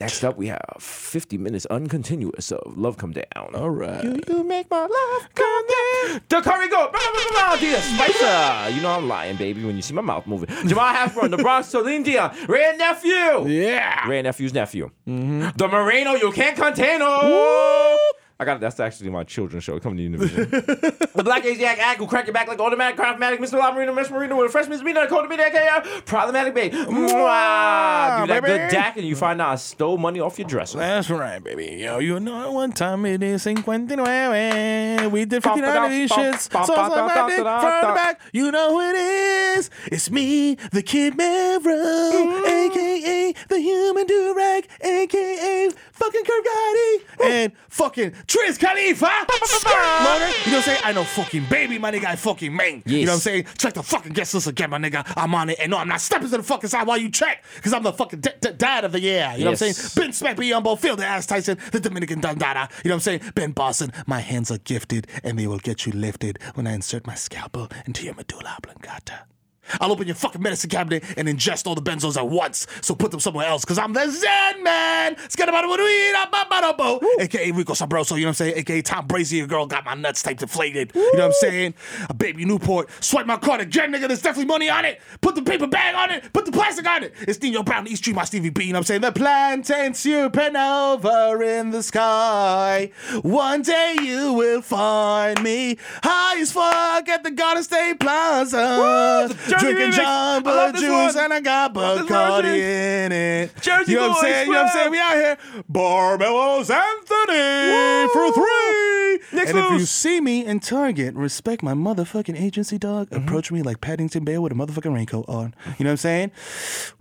S1: Next up, we have 50 minutes uncontinuous of Love Come Down.
S8: All right.
S1: You, you make my love come down. The curry goat. Blah, blah, blah, blah, Dion Spicer. You know I'm lying, baby, when you see my mouth moving. Jamal Halfrun, the Bronx, Celine Dion, Ray Nephew.
S8: Yeah. Mm-hmm.
S1: Ray Nephew's nephew. The Moreno, you can't contain 'em. I got that's actually my children's show coming to Univision. the Black Asiatic Act who crack your back like automatic, craftmatic, Mr. La Marina, Miss Marina with a freshman's meeting, a cold meeting, aka problematic babe. Mwah! Give me that
S8: baby.
S1: good dack and you find out I stole money off your dresser.
S2: That's right, baby. Yo, you know one time it is 59. We did 59 of these shits. So it's like my dick from the back. You know who it is. It's me, the Kid
S1: Mm.
S2: Mavro, aka the Human Durag, aka fucking Curb Gotti, and fucking Triz Khalifa. Skirt loader. You know what I'm saying? I know fucking baby, my nigga. I fucking main. You
S1: Yes.
S2: know what I'm saying? Check the fucking guest list again, my nigga. I'm on it, and no, I'm not stepping to the fucking side while you check, because I'm the fucking d- d- dad of the year. You know what I'm
S1: Yes.
S2: saying? Ben Smack Biombo, Field Ass Tyson, the Dominican Dandada. You know what I'm saying? Ben Boston, my hands are gifted and they will get you lifted when I insert my scalpel into your medulla oblongata. I'll open your fucking medicine cabinet and ingest all the benzos at once. So put them somewhere else, cause I'm the Zen man. Skadabadabaduidababadobo, AKA Rico Sabroso, you know what I'm saying? AKA Tom Brazier, your girl got my nuts type deflated. You know what I'm saying? A baby Newport, swipe my card again, nigga. There's definitely money on it. Put the paper bag on it. Put the plastic on it. It's Nino Brown, East Street, my Stevie B. You know what I'm saying? The plantain supernova in the sky. One day you will find me high as fuck at the Garden State Plaza.
S1: Woo! The Jersey
S2: Drinking
S1: remix. I love
S2: Jamba
S1: this
S2: juice
S1: one.
S2: and I got
S1: Love this version.
S2: Bacardi in it.
S1: Jersey
S2: you know what I'm
S1: boys,
S2: saying? You know what I'm
S1: swear.
S2: saying? We out here. Barbelos Anthony
S1: Woo!
S2: for three.
S1: Nick's
S2: and if you
S1: loose.
S2: see me in Target, respect my motherfucking agency, dog.
S1: Mm-hmm.
S2: Approach me like Paddington Bear with a motherfucking raincoat on. You know what I'm saying?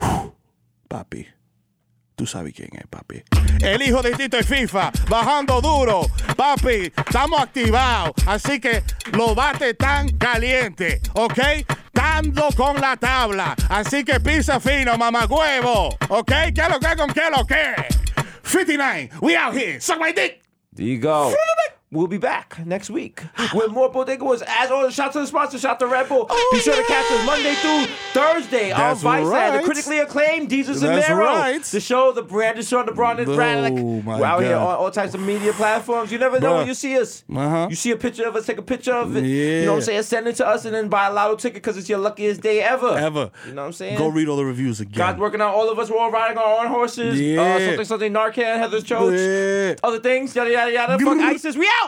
S2: Whew. Papi. Tú sabes quién es, papi. El hijo de Tito y FIFA, bajando duro. Papi, estamos activados. Así que los bates tan caliente, ¿ok? Dando con la tabla. Así que pisa fino, mamagüevo. ¿Ok? ¿Qué es lo que con qué lo que? 59, we out here. Suck my dick.
S1: There you go. We'll be back next week with more Bodega Wars. As always, shout to the sponsor, shout to Red Bull. be sure to catch us Monday through Thursday on
S8: Oh, That's
S1: Vice Land,
S8: right.
S1: the critically acclaimed Jesus
S8: That's
S1: Romero.
S8: right.
S1: The show, The Brand, The Sean, The Brandon,
S8: Oh,
S1: Braddock.
S8: my
S1: We're out here
S8: God.
S1: on all types of media platforms. You never know
S8: Bruh.
S1: when you see us.
S8: Uh-huh.
S1: You see a picture of us, take a picture of it. You
S8: Yeah.
S1: know what I'm saying? Send it to us and then buy a lotto ticket because it's your luckiest day ever.
S8: Ever.
S1: You know what I'm saying?
S8: Go read all the reviews again.
S1: God's working on all of us. We're all riding our own horses. Uh,
S8: Yeah.
S1: something, something, Narcan, Heather's Choach,
S8: Yeah.
S1: other things, yada, yada, yada. Fuck ISIS. We out!